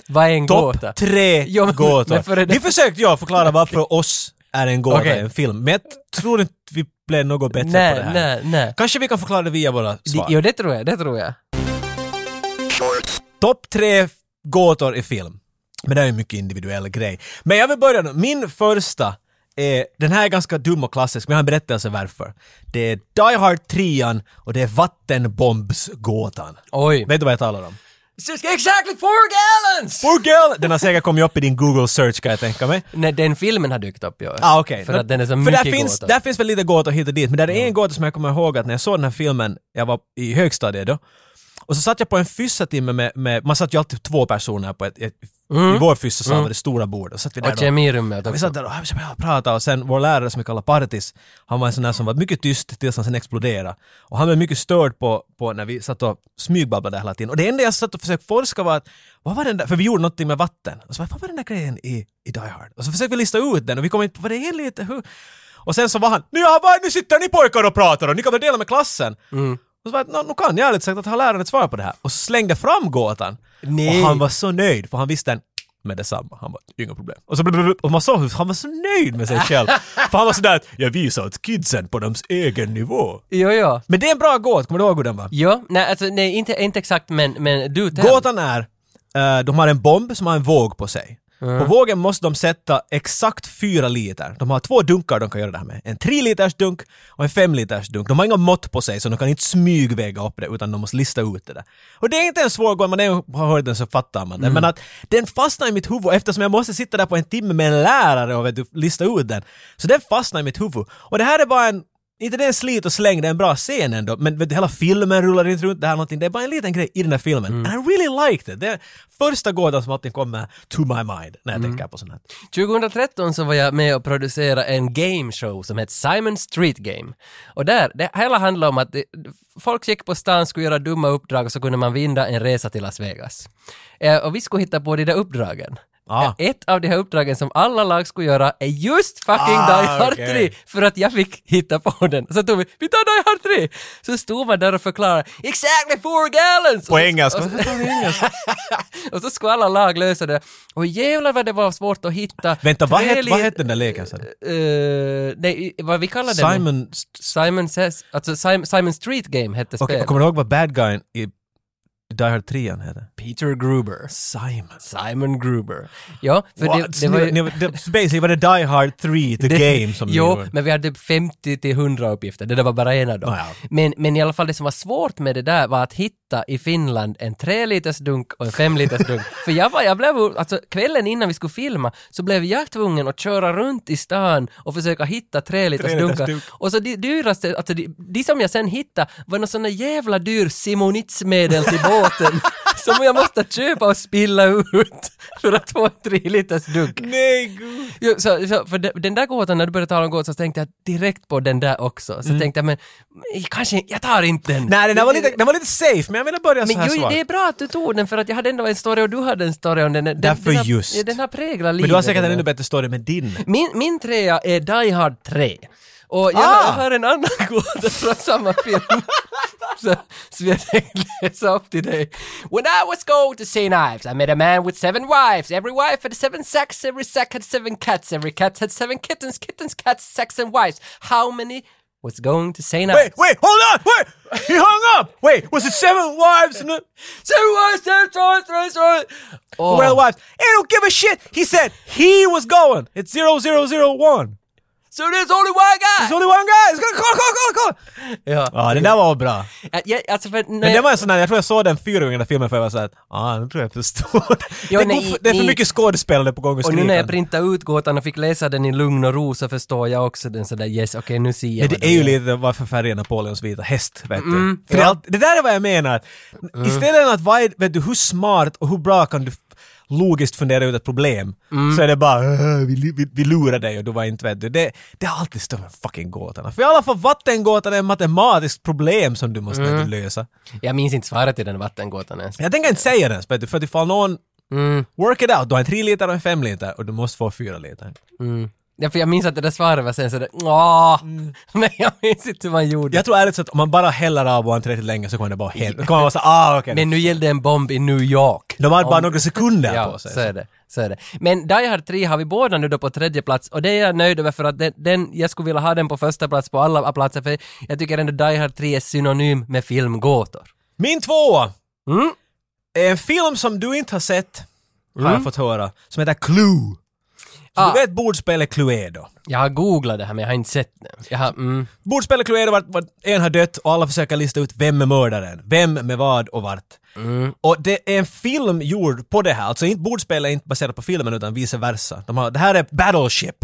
S1: Vad är en gåta?
S2: Topp tre
S1: Jo, men-
S2: gåtor.
S1: men före det-
S2: Vi försökte ja, förklara varför oss är en gåta
S1: Okej.
S2: i en film, men jag tror inte vi blev något bättre på
S1: Nej,
S2: det här.
S1: nej, nej.
S2: Kanske vi kan förklara det via våra
S1: Det-
S2: svar.
S1: Jo, det tror jag, det tror jag.
S3: Shorts.
S2: Topp tre gåtor i film. Men det är en mycket individuell grej. Men jag vill börja nu. Min första är, den här är ganska dum och klassisk, men jag har en berättelse varför. Det är Die Hard 3 och det är Vattenbombsgåtan.
S1: Oj.
S2: Vet du vad jag talar om?
S1: Exactly four gallons!
S2: Fugel! Den har säkert kommit upp i din Google search kan jag tänka mig.
S1: Nej, den filmen har dykt upp ju.
S2: Ah, okej.
S1: För
S2: Nå-
S1: att den är så
S2: För
S1: mycket
S2: där finns,
S1: gåta.
S2: där finns väl lite gåtor hit och dit, men där är en gåta som jag kommer ihåg att när jag såg den här filmen, jag var i högstadiet då, och så satt jag på en fyssatimme med, med man satt ju alltid två personer på ett, ett
S1: Mm.
S2: I vår fyssasal var det stora bord. Och så satt vi där
S1: Och
S2: då.
S1: kemirummet
S2: Och Vi
S1: också.
S2: satt där och pratade och sen vår lärare som vi kallar Partis, han var en sån där som var mycket tyst tills han sen exploderade. Och han blev mycket störd på, på när vi satt och smygbabblade hela tiden. Och det enda jag satt och försökte forska var att, vad var den där, för vi gjorde någonting med vatten. Och så bara, vad var den där grejen i, i Die Hard? Och så försökte vi lista ut den och vi kom inte på vad det är lite, hur? Och sen så var han, nu, ja, vad, nu sitter ni pojkar och pratar och ni kommer dela med klassen. Och så var jag, "Nå, nu kan jag ärligt sagt att har läraren ett svar på det här. Och så slängde jag fram gåtan.
S1: Nej.
S2: Och han var så nöjd, för han visste en med detsamma. Han bara, inga problem. Och, så, blablabla. och man såg hur han var så nöjd med sig själv. för han var sådär att, jag visar åt kidsen på deras egen nivå.
S1: Jo, jo.
S2: Men det är en bra gåt, kommer du ihåg hur den var?
S1: Jo, nej, alltså, nej inte, inte exakt men, men du tänd.
S2: Gåtan är, eh, de har en bomb som har en våg på sig. På vågen måste de sätta exakt fyra liter. De har två dunkar de kan göra det här med. En tre liters dunk och en fem liters dunk. De har inga mått på sig så de kan inte smygväga upp det utan de måste lista ut det där. Och det är inte en svår gång, man har hört den så fattar man den. Men att den fastnar i mitt huvud eftersom jag måste sitta där på en timme med en lärare och vet du, lista ut den. Så den fastnar i mitt huvud. Och det här är bara en inte det är en slit och släng, det är en bra scen ändå, men vet du, hela filmen rullar inte runt det här någonting. Det är bara en liten grej i den här filmen.
S1: Mm.
S2: And I really liked it. Det är första gåtan som alltid kommer to my mind när jag
S1: Mm.
S2: tänker på sånt här.
S1: 2013 så var jag med och producerade en game show som hette Simon Street Game. Och där, det hela handlade om att det, folk gick på stan, skulle göra dumma uppdrag och så kunde man vinna en resa till Las Vegas. Eh, och vi skulle hitta på de där uppdragen.
S2: Ah.
S1: Eh, Ett av de här uppdragen som alla lag skulle göra är just fucking
S2: Ah,
S1: Die Hard 3
S2: okej.
S1: för att jag fick hitta på den. Så tog vi, vi tar Die Hard 3! Så stod man där och förklarade exactly four gallons!
S2: På
S1: Och så-
S2: engelska.
S1: och så- och så skulle alla lag lösa det. Och jävlar vad det var svårt att hitta.
S2: Vänta, vad
S1: tre
S2: hette vad
S1: lit-
S2: hette den där leken sen?
S1: Eh, nej, vad vi kallade den?
S2: Simon...
S1: Simon Says, alltså Simon, Simon Street Game hette
S2: Okej,
S1: spelet.
S2: kommer du ihåg vad bad guyen i Die Hard 3 hette?
S1: Peter Gruber.
S2: Simon.
S1: Simon Gruber. Ja, för
S2: What?
S1: det, det var ju...
S2: Ni- ni- det, basically var det Die Hard 3, the game som ni
S1: Jo,
S2: gjorde.
S1: men vi hade 50 till 100 uppgifter, det där var bara en av dem.
S2: Ah, ja.
S1: men, men i alla fall det som var svårt med det där var att hitta i Finland en 3 liters dunk och en 5 liters dunk. För jag var, jag blev, alltså kvällen innan vi skulle filma så blev jag tvungen att köra runt i stan och försöka hitta 3 liters
S2: liters
S1: dunkar.
S2: dunk.
S1: Och så de dyraste, alltså de, de som jag sen hittade var någon sån där jävla dyr simonitsmedel till båten. som jag måste köpa och spilla ut för att få en 3 liters dunk.
S2: Nej, gud.
S1: Jo, så, så, för de, den där gåtan, när du började tala om gåtan så tänkte jag direkt på den där också. Så tänkte jag, men men kanske, jag tar inte den.
S2: Nej, den där var lite, den var lite safe, men jag ville börja så
S1: men
S2: här
S1: jo,
S2: svagt.
S1: det är bra att du tog den för att jag hade ändå en story och du hade en story om den. den
S2: Därför
S1: den har,
S2: just.
S1: ja, Den har präglat livet.
S2: Men du har säkert en
S1: den
S2: ännu
S1: där.
S2: bättre story med din.
S1: min, min trea är Die Hard 3. Och jag,
S2: Ah!
S1: jag har en annan gåta från samma film. så, så jag tänkte läsa upp till dig. When I was going to see knives I met a man with seven wives. Every wife had seven sacks, every sack had seven cats, every cat had seven kittens, kittens, cats, sacks and wives. How many was going to say knives?
S2: Wait, wait, hold on, wait! He hung up! Wait, was it seven wives? No,
S1: Seven wives, seven swords, three swords. Oh.
S2: well, wives. I don't give a shit! He said he was going. It's zero, zero, zero, one.
S1: so there's only one
S2: There's
S1: guy!
S2: only one guy! It's gonna call, call, call, call!
S1: Ja,
S2: Ja, den där var bra.
S1: Att jag, alltså för, när
S2: Ah. Men det
S1: jag-
S2: var en sån där, jag tror jag såg den fyra gånger i den filmen för jag var såhär att, ah, nu tror jag jag förstår.
S1: Jo,
S2: det, går
S1: nej,
S2: för, det är för
S1: ni-
S2: mycket skådespelare på gång och
S1: Och nu när jag
S2: skrikande.
S1: printade ut gåtan och fick läsa den i lugn och ro så förstår jag också den sådär yes, okej nu ser jag
S2: Men
S1: vad
S2: det Mm, är ju lite varför färgen Napoleons vita häst, vet du. För det,
S1: ja.
S2: är allt- det där är vad jag menar. Istället för att vad är, vet du, hur smart och hur bra kan du f- logiskt fundera ut ett problem, så är det bara "Äh, vi, lu- vi, vi lurar dig och du var inte, vet du. Det, det är alltid större än fucking gåtorna. För i alla fall vattengåtan är ett matematiskt problem som du måste vet du, lösa.
S1: Jag minns inte svaret till den vattengåtan ens.
S2: Jag tänker inte säga det ens, vet du, för att ifall någon Work it out, du har en 3 liter och en 5 liter och du måste få 4 liter.
S1: Ja, för jag minns att det där svaret var sen sådär åh, men jag minns inte hur man gjorde.
S2: Mm. Jag tror ärligt sett om man bara häller av och en tillräckligt länge så kommer det bara hända. Då kommer man vara såhär, ah okej.
S1: Men nu gällde en bomb i New York.
S2: De hade bara
S1: Om-
S2: några sekunder på
S1: Ja,
S2: sig.
S1: så är det. Så är det. Men Die Hard 3 har vi båda nu då på tredje plats och det är jag nöjd över för att den, den, jag skulle vilja ha den på första plats på alla platser för jag tycker ändå Die Hard 3 är synonym med filmgåtor.
S2: Min tvåa!
S1: Mm.
S2: är En film som du inte har sett, har jag fått höra, som heter Clue. Så
S1: Mm. Ah.
S2: Du vet bordspelet Cluedo?
S1: Jag har googlat det här men jag har inte sett den. Jag har, mm.
S2: Bordspelet Cluedo, vart, vart en har dött och alla försöker lista ut vem är mördaren, vem med vad och vart.
S1: Mm.
S2: Och det är en film gjord på det här, alltså inte bordspelet är inte baserat på filmen utan vice versa. De har, det här är Battleship.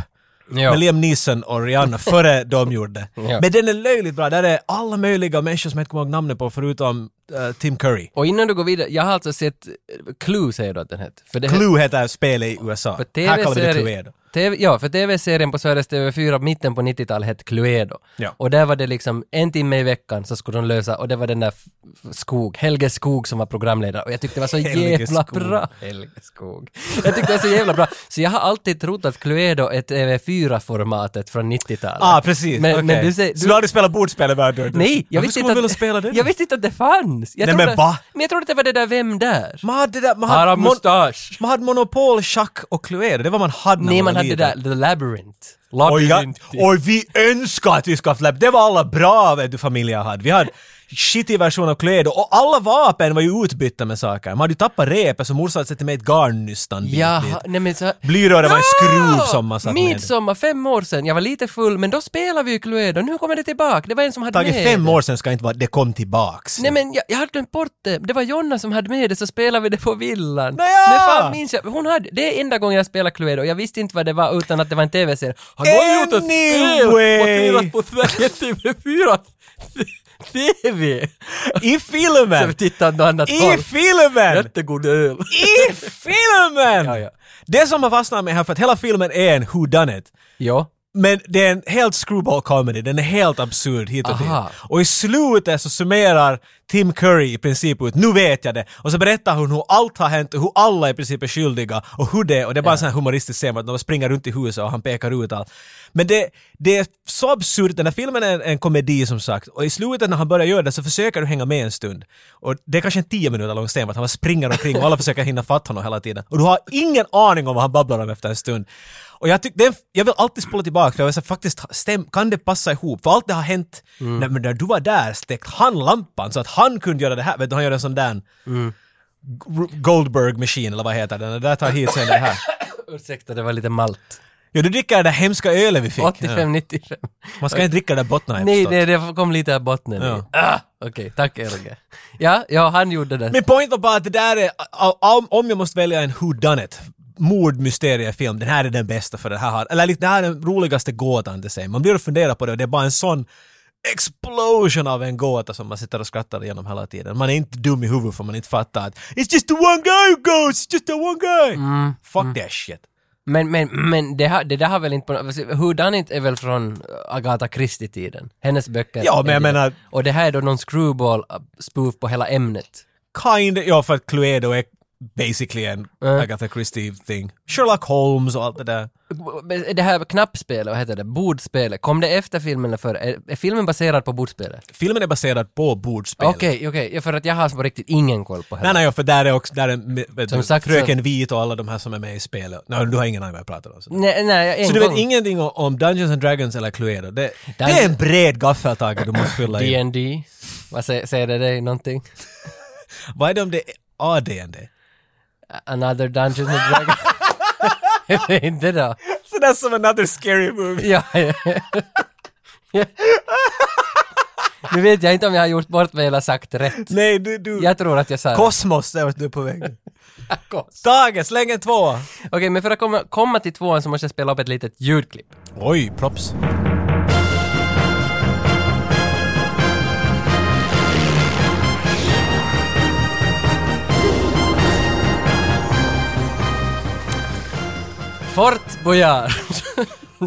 S1: Ja.
S2: med Liam Neeson och Rihanna före de gjorde det.
S1: Ja.
S2: Men den är löjligt bra, där är alla möjliga människor som jag inte kommer ihåg namnet på förutom eh, Tim Curry.
S1: Och innan du går vidare, jag har alltså sett eh, Clue säger du att den heter. För det het-
S2: Clue heter spelet i USA.
S1: För
S2: Här kallar vi det
S1: TV-serie-
S2: Cluedo.
S1: TV, ja, för tv-serien på Sveriges TV4 mitten på 90-talet hette Cluedo.
S2: Ja.
S1: Och där var det liksom en timme i veckan så skulle de lösa, och det var den där f- f- Skog, Helge Skog som var programledare. Och jag tyckte det var så
S2: Helge
S1: jävla
S2: Skog.
S1: bra. Helge Skog. Jag tyckte det var så jävla bra. Så jag har alltid trott att Cluedo är TV4-formatet från 90-talet.
S2: Ah, precis.
S1: Men,
S2: Okej.
S1: men du säger...
S2: Så du har aldrig spelat bordspel i världen?
S1: Nej, jag
S2: Varför
S1: visste,
S2: skulle
S1: inte att,
S2: man vilja spela det?
S1: jag visste inte att det fanns. Jag
S2: Nej,
S1: trodde,
S2: men va?
S1: men jag trodde att det var det där Vem där?
S2: Man hade, det där, man
S1: Har
S2: hade,
S1: han
S2: mon,
S1: mustasch?
S2: man hade monopol, schack och Cluedo. Det var man hade när
S1: Nej,
S2: man
S1: man
S2: var
S1: hade det
S2: liten.
S1: där The Labyrinth.
S2: Oj, ja,
S1: Labyrinth. typ.
S2: oj, vi önskar att vi skulle haft lab. Det var alla bra vet du, familjer jag hade. Vi hade skitig version av kläder och alla vapen var ju utbytta med saker. Man hade ju tappat repet så morsan hade satt med ett garn nystan. bit,
S1: Jaha,
S2: bit.
S1: nej men så...
S2: Blyröret var en
S1: Ja!
S2: skruv som man satt med.
S1: Midsommar, fem år sedan. Jag var lite full, men då spelade vi ju Cluedo. Nu kommer det tillbaka. Det var en som hade
S2: Tage
S1: med
S2: fem
S1: det.
S2: år sedan ska inte vara, det kom tillbaks.
S1: Nej men jag, jag hade glömt bort det. Det var Jonna som hade med det, så spelade vi det på villan.
S2: Nåja!
S1: Men fan minns jag. Hon hade, det är enda gången jag spelar Cluedo och jag visste inte vad det var utan att det var en TV-serie. Har någon gjort ett spel och
S2: Anyway!
S1: spelat på Sverige TV4? TV!
S2: I
S1: Så Alltså, vi
S2: filmen!
S1: tittade åt något annat
S2: I
S1: håll.
S2: filmen!
S1: Jättegod öl.
S2: I filmen!
S1: Ja, ja.
S2: Det som har fastnat med här för att hela filmen är en who done it.
S1: Ja.
S2: Men det är en helt screwball comedy, den är helt absurd hit och dit.
S1: Aha.
S2: Och i slutet så summerar Tim Curry i princip ut, nu vet jag det. Och så berättar hon hur allt har hänt och hur alla i princip är skyldiga och hur det är. Och det är bara en sån här humoristisk scen att de springer runt i huset och han pekar ut allt. Men det, det är så absurt, den här filmen är en, en komedi som sagt. Och i slutet när han börjar göra det så försöker du hänga med en stund. Och det är kanske en tio minuter lång scen, för att han bara springer omkring och alla försöker hinna fatta honom hela tiden. Och du har ingen aning om vad han babblar om efter en stund. Och jag, tyck, den, jag vill alltid spola tillbaka, för jag vill säga faktiskt, stäm, kan det passa ihop? För allt det har hänt,
S1: Mm.
S2: när, men när du var där släckte han lampan så att han kunde göra det här. Vet du, han gör en sån där
S1: Mm.
S2: G- Goldberg machine eller vad heter den? Det där tar hit sen det här.
S1: Ursäkta, det var lite malt.
S2: Ja, du dricker den där hemska ölen vi fick.
S1: 85,
S2: Ja.
S1: 95.
S2: Man ska inte dricka den där bottna har jag
S1: Nej,
S2: förstått.
S1: nej, det kom lite av bottnen i.
S2: Ja.
S1: ah, Okej, tack Erge. Ja, ja, han gjorde det.
S2: Min point var bara att det där är, om, om jag måste välja en who done it mordmysteriefilm, den här är den bästa för det här har, eller lite, det här är den roligaste gåtan till sig. Man blir och funderar på det och det är bara en sån explosion av en gåta som man sitter och skrattar igenom hela tiden. Man är inte dum i huvudet för man inte fattar att It's just the one guy who goes, it's just the one guy! Fuck that shit.
S1: Men, men, men det, har, det där har väl inte på något... Who Done It är väl från Agatha Christie-tiden? Hennes böcker.
S2: Ja, men
S1: är
S2: jag
S1: det.
S2: menar-
S1: Och det här är då någon screwball-spoof på hela ämnet.
S2: Kind, ja för att Cluedo är basically en Agatha Christie thing. Sherlock Holmes och allt det där.
S1: Det här knappspelet, vad heter det? Bordspelet. Kom det efter filmen eller före? Är, är filmen baserad på bordspelet?
S2: Filmen är baserad på bordspel.
S1: Okej, okej. Ja, för att jag har på riktigt ingen koll på henne.
S2: Nej, nej, ja, för där är också, där är, med- vet
S1: Som
S2: du,
S1: sagt så-
S2: Fröken Vit och alla de här som är med i spelet. Nej, du har ingen aning vad jag pratar om. Så,
S1: nej, nej, en
S2: så du vet
S1: gång.
S2: ingenting om, om Dungeons and Dragons eller Cluedo. Det, det är en bred gaffeltag du måste fylla i.
S1: D&D? Vad säger, säger det dig någonting?
S2: Vad är det om det är AD&D?
S1: Another Dungeons and Dragons? Är det inte då?
S2: Så det är som another scary movie.
S1: Ja. nu vet jag inte om jag har gjort bort mig eller sagt rätt.
S2: Nej, du... du
S1: Jag tror att jag sa rätt.
S2: Kosmos är vart du är på väg. Tage, släng en tvåa!
S1: Okej, men för att komma, komma till tvåan så måste jag spela upp ett litet ljudklipp.
S2: Oj, props.
S1: Fort Boyard!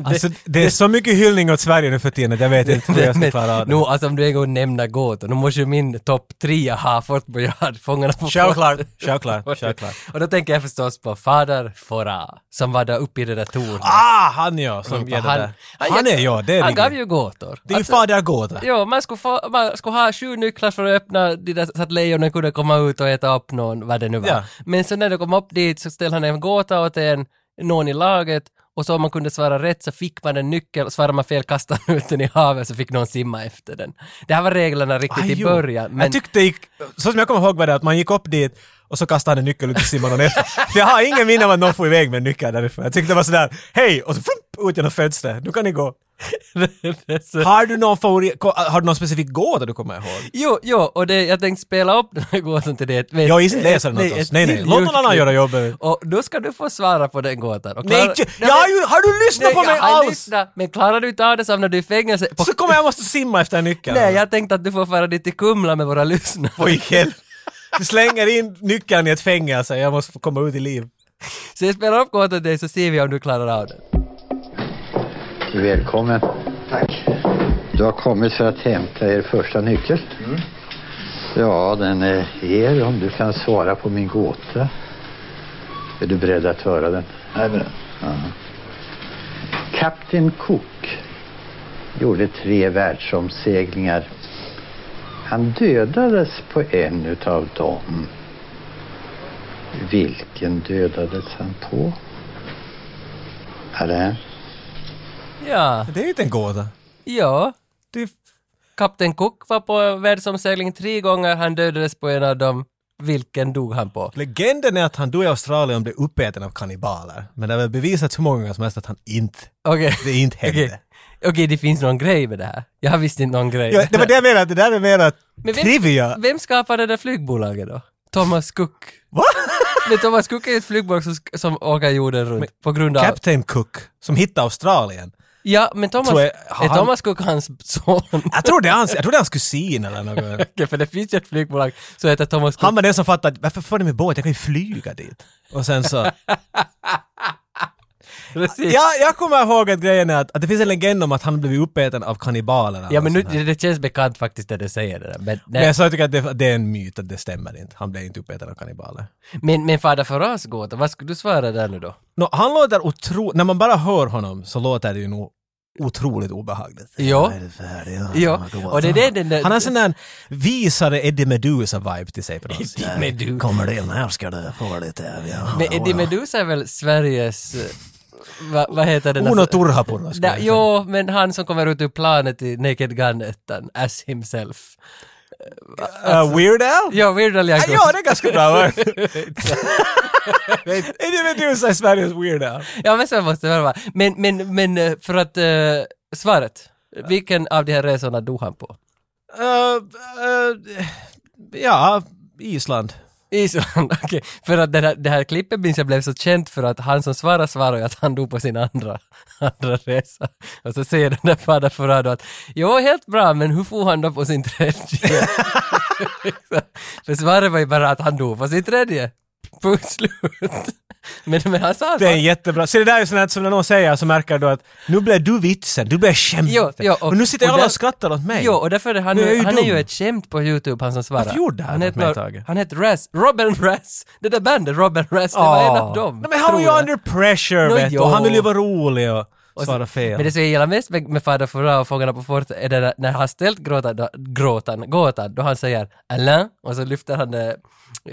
S2: Alltså, det är så mycket hyllning åt Sverige nu för tiden att jag vet inte hur jag ska
S1: Men
S2: klara av det.
S1: Nu, alltså om du en gång nämner gåtor, nu måste ju min topp trea ha Fort Boyard, Fångarna på
S2: Självklart,
S1: fortet.
S2: självklart, självklart.
S1: Och då tänker jag förstås på Fader Fora, som var där uppe i det där tornet.
S2: Ah, han ja! Som ger det
S1: Mm, han,
S2: där. han är ja, det är
S1: Han
S2: riktigt.
S1: gav ju gåtor. Alltså,
S2: Det är ju fader gåta.
S1: Jo, man skulle, få, man skulle ha sju nycklar för att öppna de där, så att lejonen kunde komma ut och äta upp någon, vad det nu var.
S2: Ja.
S1: Men så när du kom upp dit så ställde han en gåta åt en, någon i laget och så om man kunde svara rätt så fick man en nyckel, svarade man fel kastade han ut den i havet så fick någon simma efter den. Det här var reglerna riktigt
S2: Ah,
S1: i
S2: jo.
S1: början. Men
S2: Jag tyckte det gick, så som jag kommer ihåg var det att man gick upp dit och så kastade han en nyckel ut och simmade någon efter. För jag har ingen minne av att någon får iväg med en nyckel därifrån. Jag tyckte det var sådär, hej! Och så flupp, ut genom fönstret. Nu kan ni gå.
S1: Det är så-
S2: Har du någon favorit, ko- har du någon specifik gåta du kommer ihåg?
S1: Jo, jo, och det, jag tänkte spela upp den här gåtan till dig. Vet-
S2: Jag gissar inte läsa den åt
S1: Nej,
S2: oss.
S1: ett
S2: Nej, nej.
S1: till
S2: Låt någon annan
S1: ljudklipp.
S2: göra jobbet.
S1: Och då ska du få svara på den gåtan. Och
S2: Nej,
S1: Klara-
S2: inte- jag har, ju, har du lyssnat
S1: Nej,
S2: på mig
S1: jag har
S2: alls?
S1: lyssnat, Men klarar du inte av det så hamnar du i fängelse. På,
S2: Så kommer jag måste simma efter nyckeln.
S1: nej, jag tänkte att du får föra dit till Kumla med våra lyssnare.
S2: Pojken. Du slänger in nyckeln i ett fängelse, jag måste få komma ut i liv.
S1: Så jag spelar upp gåtan till dig så ser vi om du klarar av den.
S4: Välkommen. Tack. Du har kommit för att hämta er första nyckel. Ja, den är er om du kan svara på min gåta. Är du beredd att höra den? Jag är beredd. Kapten Cook gjorde tre världsomseglingar. Han dödades på en utav dem. Vilken dödades han på? Alain?
S1: Ja,
S2: Det är ju inte en gåta.
S1: ja.
S2: Det är,
S1: Kapten Cook var på världsomsegling tre gånger, han dödades på en av dem. Vilken dog han på?
S2: legenden är att han dog i Australien och blev uppäten av kannibaler. Men det har väl bevisats hur många gånger som helst att han inte,
S1: Okej.
S2: det inte hände.
S1: Okej. Okej, det finns någon grej med det här. Jag visste inte någon grej.
S2: Ja, det var det jag menade, det där är mera
S1: Men vem-
S2: trivia.
S1: Vem skapade det där flygbolaget då? Thomas Cook.
S2: Va?
S1: Men Thomas Cook är ett flygbolag som, som åker jorden runt på grund av...
S2: Captain Cook, som hittade Australien.
S1: ja, men Thomas...
S2: Tror jag-
S1: är
S2: han-
S1: Thomas Cook hans son?
S2: Jag tror det är hans, jag tror det är hans kusin eller något.
S1: Okej, För det finns ju ett flygbolag som heter Thomas Cook.
S2: Han var den som fattade att varför får ni med båt, jag kan ju flyga dit. Och sen så...
S1: Precis.
S2: Ja, jag kommer ihåg att grejen är att, att det finns en legend om att han blev uppäten av kannibalerna.
S1: Ja, men nu,
S2: och sånt här.
S1: det, det känns bekant faktiskt när du säger det där. Men,
S2: Men
S1: nej,
S2: jag sa tycker att det, det är en myt, att det stämmer inte. Han blev inte uppäten av kannibaler.
S1: men, men Fader Farahs gåta, vad skulle du svara där nu då?
S2: Nå, han låter otroligt... När man bara hör honom så låter det ju nog otroligt obehagligt.
S1: Ja.
S2: Vad är det för- ja,
S1: Ja,
S2: vad gott.
S1: och det är det den där-
S2: Han har en sån där visare Eddie Meduza-vibe till sig på något sätt.
S1: Eddie Meduza.
S2: Kommer du in här ska du få lite... Ja,
S1: Men Eddie Meduza är väl Sveriges... eh, Va, vad heter den?
S2: Uno
S1: alltså-
S2: Turhapuro
S1: Da,
S2: skulle jag säga.
S1: jo, men han som kommer ut ur planet i Naked gun ettan as himself.
S2: Uh, Weird Al?
S1: alltså- Ja, Weird Al
S2: Ah,
S1: Yankovic.
S2: Ja, det är ganska bra. va? Eddie Meduza är Sveriges Weird Al.
S1: Ja, men så måste det vara. Men, men, men eh, för att eh, svaret. Vilken av de här resorna dog han på? Uh,
S2: Eh, eh, ja, Island.
S1: Island, okej. För att det här, det här klippet minns jag blev så känt för att han som svarar svarar ju att han dog på sin andra, andra resa. Och så säger den där fadern Ferrado att jo, helt bra, men hur får han då på sin tredje? för svaret var ju bara att han dog på sin tredje. Punkt slut. men, men han sa
S2: Det är en jättebra. Så det där är sånt här som när någon säger så märker du att nu blev du vitsen, du blev
S1: Jo,
S2: skämtet.
S1: jo, och-
S2: Men nu sitter
S1: och
S2: alla
S1: där-
S2: och skrattar åt mig.
S1: Jo, och därför är han,
S2: Nu är jag ju
S1: han är
S2: dum.
S1: ju ett skämt på YouTube, han som svarar.
S2: Varför gjorde han något
S1: heter-
S2: med Tage?
S1: Han heter Raz, Robin Raz. Det där bandet, Robin Raz, det var en av dem.
S2: Ah. Nej, men han var
S1: tror
S2: ju
S1: jag.
S2: under pressure
S1: Nå,
S2: vet du,
S1: jo.
S2: och han vill ju vara rolig och, svara fel.
S1: Men det som jag gillar mest med, med Fader Fouras och Fångarna på fortet är det där, när han ställt gråtan, då, gråtan, gåtan, då han säger Alain och så lyfter han det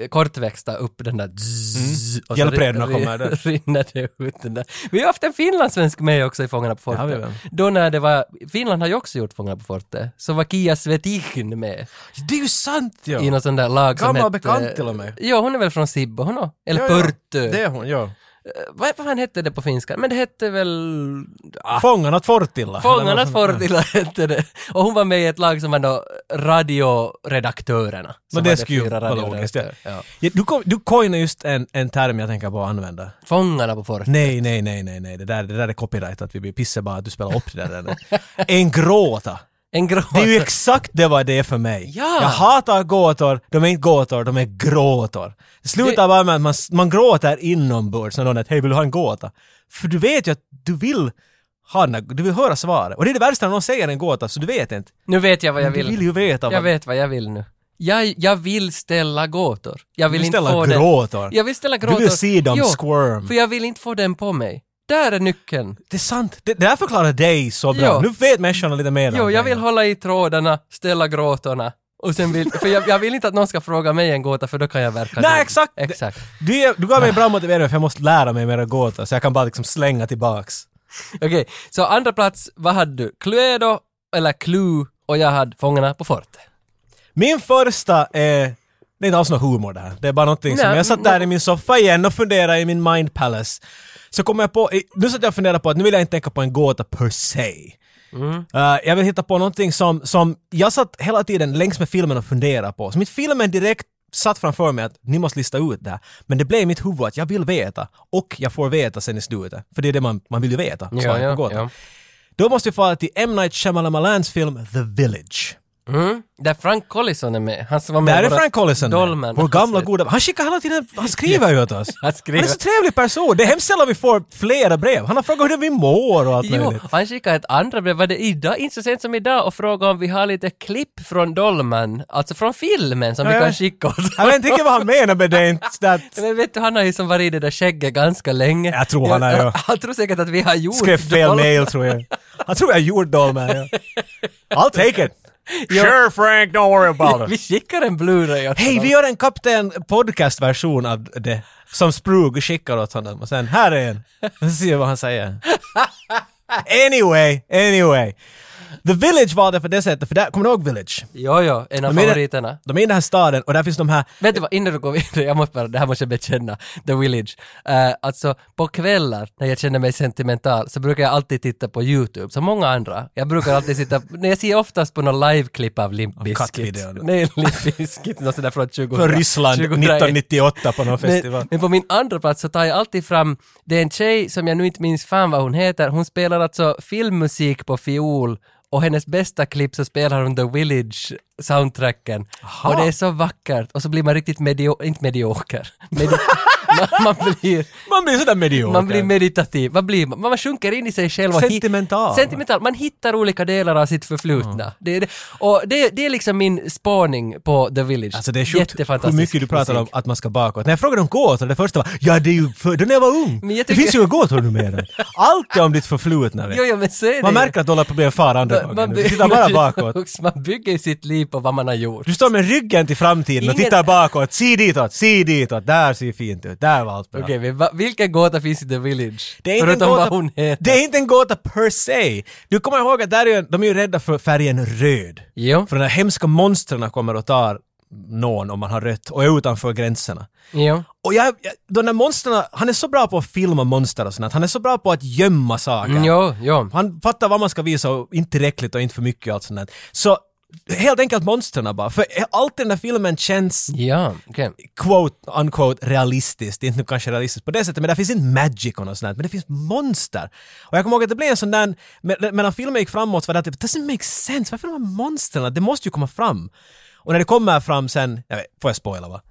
S1: kortväxta upp den där zzz,
S2: Mm.
S1: och så
S2: Hjälpredorna
S1: rin-
S2: kommer där.
S1: rinner det ut den där. Vi har haft en finlandssvensk med också i Fångarna på
S2: Det har vi
S1: fortet.
S2: väl.
S1: Då när det var, Finland har ju också gjort Fångarna på fortet, så var Kia Svetikin med
S2: det är ju sant ju!
S1: i någon sån där lag som
S2: Gammal
S1: hette-
S2: bekant till och med.
S1: Ja, hon är väl från Sibbo hon också? Eller
S2: Ja, ja.
S1: Pörtö.
S2: Det är hon, ja.
S1: Vad, vad fan hette det på finska? Men det hette väl... Ah,
S2: Fångarna åt Fortilla. Eller något
S1: Fångarna
S2: sånt.
S1: Fortilla hette det. Och hon var med i ett lag som var då radioredaktörerna. Som
S2: Men det
S1: hade
S2: skulle ju
S1: fyra
S2: vara logiskt. Ja.
S1: radioredaktörer. Ja.
S2: Ja, du, kom- du coinade just en, en term jag tänker på att använda.
S1: Fångarna på fortet.
S2: Nej, nej, nej, nej, nej. Det där, det där är copyrightat. Vi blir pissa bara att du spelar upp det där. redan. En gråta.
S1: En grå...
S2: Det är ju exakt det vad det är för mig.
S1: Ja.
S2: Jag hatar gåtor. De är inte gåtor, de är gråtor. Det slutar bara med att man, man gråter inombords när någon är hej vill du ha en gåta? För du vet ju att du vill ha den, här- du vill höra svaret. Och det är det värsta när någon säger en gåta, så du vet inte.
S1: Nu vet jag vad jag
S2: Du
S1: vill.
S2: vill ju veta.
S1: Jag
S2: vad-
S1: vet vad jag vill nu. Jag, jag vill ställa gåtor. Jag
S2: Du
S1: vill,
S2: vill
S1: inte
S2: ställa
S1: få den...
S2: gråtor.
S1: Jag vill ställa
S2: Du
S1: gråtor.
S2: vill se dem
S1: Jo,
S2: squirm.
S1: För jag vill inte få den på mig. Där är nyckeln.
S2: Det är sant. Det, det där förklarar dig så bra.
S1: Ja.
S2: Nu vet människorna lite mer
S1: Jo,
S2: om
S1: jag
S2: dig.
S1: vill hålla i trådarna, ställa gråtorna. Och sen vill, för jag, jag vill inte att någon ska fråga mig en gåta för då kan jag verka
S2: Nej,
S1: dum.
S2: exakt.
S1: Exakt.
S2: Du, ger- du gav mig en bra motivering för jag måste lära mig mera gåtor så jag kan bara liksom slänga tillbaks.
S1: Okej, så andra plats, vad hade du? Cluedo eller Clue och jag hade Fångarna på fortet.
S2: Min första är... Det är inte alls någon humor det här. Det är bara någonting som...
S1: Nej,
S2: Jag satt där i min soffa igen och funderade i min mind palace. Så kom jag på... Nu satt jag och funderade på att nu vill jag inte tänka på en gåta per se.
S1: Mm.
S2: Eh, jag vill hitta på någonting som, som jag satt hela tiden längs med filmen och funderade på. Som inte filmen direkt satt framför mig att ni måste lista ut det här. Men det blev i mitt huvud att jag vill veta och jag får veta sen i slutet. För det är det man, man vill ju veta.
S1: Ja,
S2: svaret på
S1: ja,
S2: gåtan.
S1: ja.
S2: Då måste vi fara till M. Night Shyamalan's film The Village.
S1: Mm. Där Frank Collison är med. Han som var med
S2: Där
S1: i
S2: är
S1: våra
S2: Frank Collison med.
S1: Dolmen.
S2: Vår gamla goda... Han skickar hela tiden... Han skriver ju åt oss.
S1: Han skriver.
S2: Han är så trevlig person. Det är hemskt sällan vi får flera brev. Han har frågat hur vi mår och allt
S1: Jo,
S2: möjligt.
S1: han skickade ett andra brev, var det idag, inte så sent som idag, och frågade om vi har lite klipp från Dolman, alltså från filmen som
S2: Ja,
S1: vi
S2: ja.
S1: kan skicka åt
S2: Jag vet inte riktigt vad han menar med det. inte sådär att-
S1: Men vet du, han har ju som varit i det där skägget ganska länge.
S2: Jag tror han har ju-
S1: Han tror säkert att vi har gjort
S2: Skrev fel
S1: Dolman.
S2: mail tror jag. Han tror jag gjorde Dolmen. Ja. I'll take it. Sure Frank, don't worry about
S1: Vi skickar en Blu-ray åt
S2: Hej,
S1: honom.
S2: vi gör en Kapten Podcast-version av det. Som Sprug skickar åt honom. Och sen, här är en. Och så ser vi vad han säger. Anyway, anyway. The Village var det på det sättet, för där, kommer du ihåg Village?
S1: Jo, jo, en av
S2: De är i den-
S1: favoriterna.
S2: De är i den här staden och där finns de här
S1: Vet du vad, innan du går vidare, jag måste bara, det här måste jag bekänna, The Village. Uh, alltså, på kvällar när jag känner mig sentimental så brukar jag alltid titta på YouTube, som många andra. Jag brukar alltid sitta, nej jag ser oftast på någon live-klipp av Limp Bizkit.
S2: kattvideon.
S1: Nej, Limp Bizkit, något sånt där från 2000.
S2: från Ryssland
S1: 2001.
S2: 1998 på någon festival.
S1: Men, men på min andra plats så tar jag alltid fram, det är en tjej som jag nu inte minns fan vad hon heter, hon spelar alltså filmmusik på fiol och hennes bästa klipp så spelar hon The Village soundtracken. Och det är så vackert och så blir man riktigt medio, inte medioker. Medi- man, man blir...
S2: Man blir sådär medioker.
S1: Man blir meditativ, vad blir man? Man sjunker in i sig själv och hi-
S2: Sentimental.
S1: sentimental. Man hittar olika delar av sitt förflutna. Det, är det. Och det, det är liksom min spaning på The Village.
S2: Alltså det är sjukt hur
S1: Jättefantastisk
S2: mycket du pratar
S1: musik.
S2: om att man ska bakåt. När jag frågade om gåtor, det första var ja det är ju för, då när jag var ung.
S1: Men jag
S2: Det
S1: tycker-
S2: finns ju gåtor numera. Allt är om ditt förflutna. vet
S1: Jo,
S2: du.
S1: jo, men så är
S2: Man
S1: det ju.
S2: märker att du håller på att bli en far andra gången. Du
S1: by-
S2: tittar bara bakåt.
S1: Man bygger sitt liv på vad man har gjort.
S2: Du står med ryggen till framtiden och
S1: Ingen-
S2: tittar bakåt. Se ditåt, se ditåt. Där ser fint ut. Där var allt bra.
S1: Okej, men va, vilken gåta finns i The Village?
S2: Det är, inte en
S1: Förutom
S2: gåta,
S1: vad hon heter.
S2: det är inte en gåta per se. Du kommer ihåg att där är, ju- de är ju rädda för färgen röd.
S1: Jo.
S2: För de här hemska monstren kommer och tar någon om man har rött och är utanför gränserna.
S1: Jo.
S2: Och jag, jag, de där monstren, han är så bra på att filma monster och sånt. Han är så bra på att gömma saker.
S1: Mm, jo, jo.
S2: Han fattar vad man ska visa och inte tillräckligt och inte för mycket och allt sånt där. Så helt enkelt monstren bara. För eh, allt i den där filmen känns
S1: Ja, okej.
S2: quote unquote realistiskt. Det är inte nu kanske realistiskt på det sättet, men det finns inte magic och något sånt där, men det finns monster. Och jag kommer ihåg att det blev en sån där, me- medan filmen gick framåt så var det typ, doesn't make sense, varför de här monstren? Det måste ju komma fram. Och när det kommer fram sen, jag vet, får jag spoila va?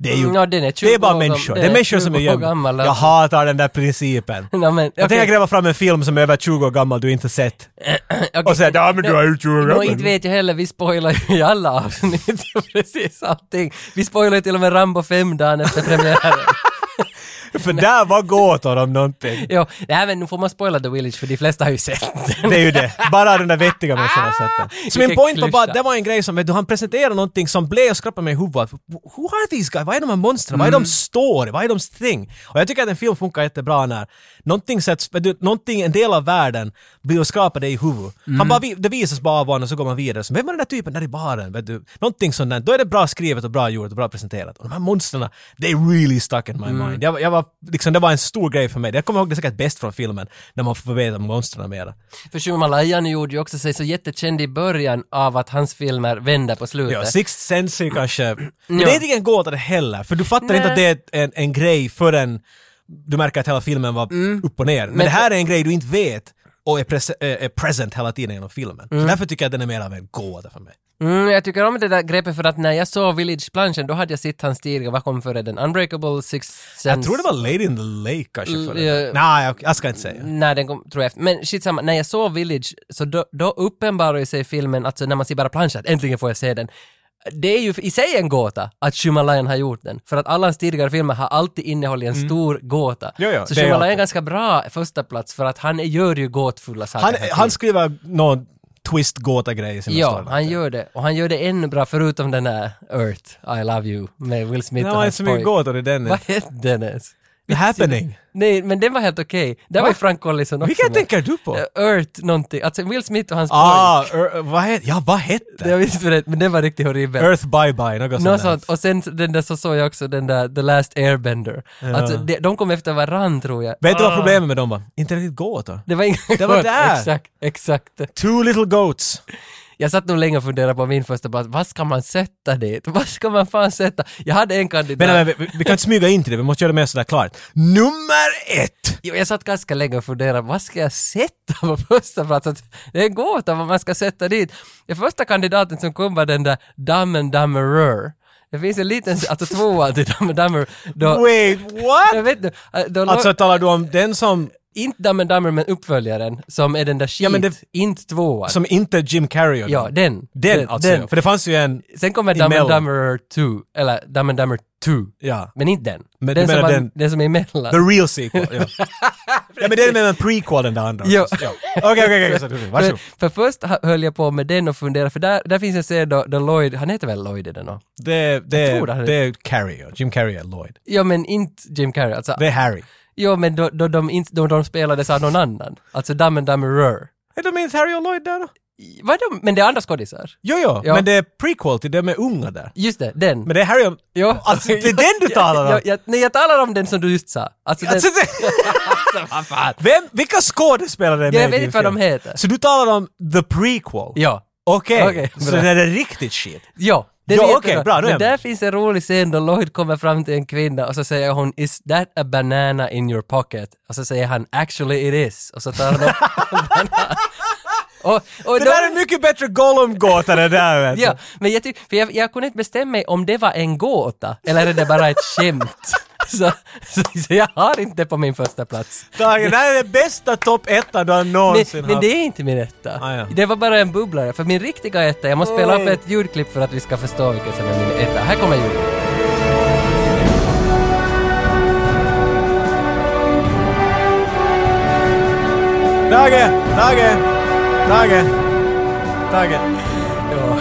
S2: Det är ju,
S1: Mm, ja, den är 20
S2: det är bara
S1: år gam-
S2: människor.
S1: den
S2: Det är
S1: är
S2: människor som är
S1: 20 år
S2: gömda.
S1: gammal, alltså.
S2: Jag hatar den där principen.
S1: Ja, men,
S2: Jag
S1: okej.
S2: tänker gräva fram en film som är över 20 år gammal du inte sett.
S1: Okej.
S2: Och säga ja men du har ju 20 år
S1: Nå,
S2: gammal.
S1: inte vet jag heller, vi spoilar ju i alla avsnitt precis allting. Vi spoilar ju till och med Rambo 5 dagen efter premiären.
S2: För där var gåtor om någonting.
S1: jo, nej men nu får man spoila The Village för de flesta har ju sett den.
S2: Det är ju det. Bara den där vettiga människan har sett det. Så min
S1: Ah, Vilken
S2: point var bara att
S1: klyscha.
S2: det var en grej som, vet du, han presenterade någonting som blev och skrapade mig i huvudet. Who are these guys? Vad är de här monstren? Vad är
S1: Mm.
S2: de story? Vad är de thing? Och jag tycker att en film funkar jättebra när någonting sätts, vet du, någonting, en del av världen blir och skrapar dig i huvudet. Han
S1: Mm.
S2: bara, vi- det visas bara av honom och så går man vidare. Så, vem var den där typen där i baren? Vet du? Någonting sånt där. Då är det bra skrivet och bra gjort och bra presenterat. Och de här monstren, they really stuck in my
S1: Mm.
S2: mind. Jag, jag var, liksom, det var en stor grej för mig. Jag kommer ihåg det säkert bäst från filmen, när man får veta om monstren mera.
S1: För Shumalayan gjorde ju också sig så jättekänd i början av att hans filmer vänder på slutet.
S2: Ja, Sixth Sense är kanske... Men det är inte en gåta det heller, för du fattar
S1: Nej.
S2: inte att det är ett- en, en grej förrän du märker att hela filmen var upp och ner. Men,
S1: Mm. Men
S2: det här är en grej du inte vet och är, pres- eh, är present hela tiden genom filmen. Så därför tycker jag att den är mer av en gåta för mig.
S1: Mm, jag tycker om det där greppet för att när jag såg Village-planschen då hade jag sett hans tidigare, vad kom före den? Unbreakable Six Sense?
S2: Jag tror det var Lady in the Lake kanske
S1: L-
S2: förr.
S1: Mm, ja. Mm.
S2: Nej, jag, jag ska inte säga.
S1: Nej, den kom, tror jag efter. Men skitsamma, när jag såg Village så då, då uppenbarade sig filmen, alltså när man ser bara planschen, att äntligen får jag se den. Det är ju i sig en gåta att Shumalayan har gjort den, för att alla hans tidigare filmer har alltid innehållit en stor gåta.
S2: Jo, jo,
S1: så
S2: Mm. det är
S1: Shumalayan är
S2: alltid.
S1: ganska bra första plats för att han gör ju gåtfulla saker.
S2: Han,
S1: hela tiden.
S2: han skriver någon twist-gåta-grej i sina
S1: Ja,
S2: stories.
S1: han gör det. Och han gör det ännu bra förutom den där Earth, I love you med Will Smith
S2: Det
S1: och
S2: var inte
S1: hans
S2: så mycket
S1: pojk.
S2: gåtor i den.
S1: Vad hette den ens?
S2: The Happening.
S1: Nej, men den var helt okej. Där var ju Frank Collison också
S2: Vilken
S1: med.
S2: tänker du på?
S1: Eh, Earth någonting. Alltså Will Smith och hans
S2: Ah, er, vad hette... Ja, vad
S1: pojk. Jag
S2: hette?
S1: visste inte vad det men den var riktigt horribel.
S2: Earth Bye Bye, något
S1: Något
S2: sånt. där.
S1: sånt. Och sen den där så såg jag också den där The Last Airbender. Alltså de, de kom efter varann tror jag.
S2: Vet du vad problemet med dem var? Inte riktigt gåtor.
S1: Det var inga
S2: Det var där.
S1: Exakt, exakt.
S2: Two little goats.
S1: Jag satt nog länge och funderade på min första plats. Vad ska man sätta dit? Vad ska man fan sätta? Jag hade en kandidat.
S2: Men, men, vi, vi- vi kan inte smyga in till det, vi måste göra det mer sådär klart. Nummer ett!
S1: Jo, jag satt ganska länge och funderade, vad ska jag sätta på första plats? Att Det är en gåta vad man ska sätta dit. Den första kandidaten som kom var den där Dumb and Dumberer. Det finns en liten, alltså tvåa till Dumb and Dumber. Då,
S2: Wait,
S1: jag
S2: what?
S1: vet inte, äh, då låg-
S2: Alltså talar du om den som,
S1: inte Dumb and Dumber men uppföljaren som är den där shit,
S2: men det-
S1: inte tvåan.
S2: som inte Jim Carrey och
S1: ja,
S2: dem?
S1: den.
S2: Den, alltså.
S1: den.
S2: ja. För det fanns ju en...
S1: Sen kommer Dumb and
S2: Emellan.
S1: Dumberer 2, eller Dumb and Dumber 2.
S2: Ja.
S1: Men inte den.
S2: Men du
S1: den, som
S2: menar
S1: var,
S2: den-
S1: den som är emellan.
S2: The real sequel, ja. ja men den är en prequel den där andra.
S1: Jo.
S2: också. Ja. Okej, okej, okej. så- Varsågod.
S1: För, för först ha- höll jag på med den och funderade, för där, där finns en serie då, där Lloyd, han heter väl Lloyd i den då?
S2: Det, det,
S1: tror det här är-
S2: det är Carrey, ja. Jim Carrey är Lloyd.
S1: Ja men inte Jim Carrey, alltså.
S2: Det är Harry.
S1: Jo men då, då, de, inte- då de spelades av någon annan. Alltså Dumb and Dumberer.
S2: Är de inte Harry och Lloyd där då?
S1: Vad de, men det är andra skådisar.
S2: Jo, jo,
S1: Ja.
S2: men det är prequel till de är unga där.
S1: Just det, den.
S2: Men det är Harry och...
S1: jo.
S2: Alltså, det är den du talar om.
S1: Jag, jag, nej, jag talar om den som du just sa. Alltså, den,
S2: Alltså, det... Vem, vilka skådespelare är med
S1: jag
S2: i
S1: vet
S2: din
S1: inte vad de
S2: film?
S1: heter.
S2: Så du talar om the prequel?
S1: Ja.
S2: Okej,
S1: Okej,
S2: så
S1: bra.
S2: det är riktigt shit.
S1: Ja, det
S2: Ja,
S1: vet
S2: okej,
S1: jag.
S2: bra, då är
S1: Men
S2: jag
S1: där
S2: med.
S1: finns en rolig scen då Lloyd kommer fram till en kvinna och så säger hon “Is that a banana in your pocket?” och så säger han “Actually it is” och så tar han upp en banan. och, och då-
S2: Det där är mycket bättre Gollum-gåta det där vet du.
S1: Ja, men jag, tyck- för jag, jag kunde inte bestämma mig om det var en gåta eller är det bara ett skämt. Så, så, så jag har inte på min första plats.
S2: Tage, det här är det bästa topp ettan du har
S1: Men,
S2: någonsin
S1: men
S2: haft.
S1: det är inte min etta.
S2: Ah, ja.
S1: Det var bara en bubblare. För min riktiga etta, jag måste spela upp
S2: Oj.
S1: ett ljudklipp för att vi ska förstå vilken som är min etta. Här kommer ljudet.
S2: Tage, Tage, Tage, Tage.
S1: Ja.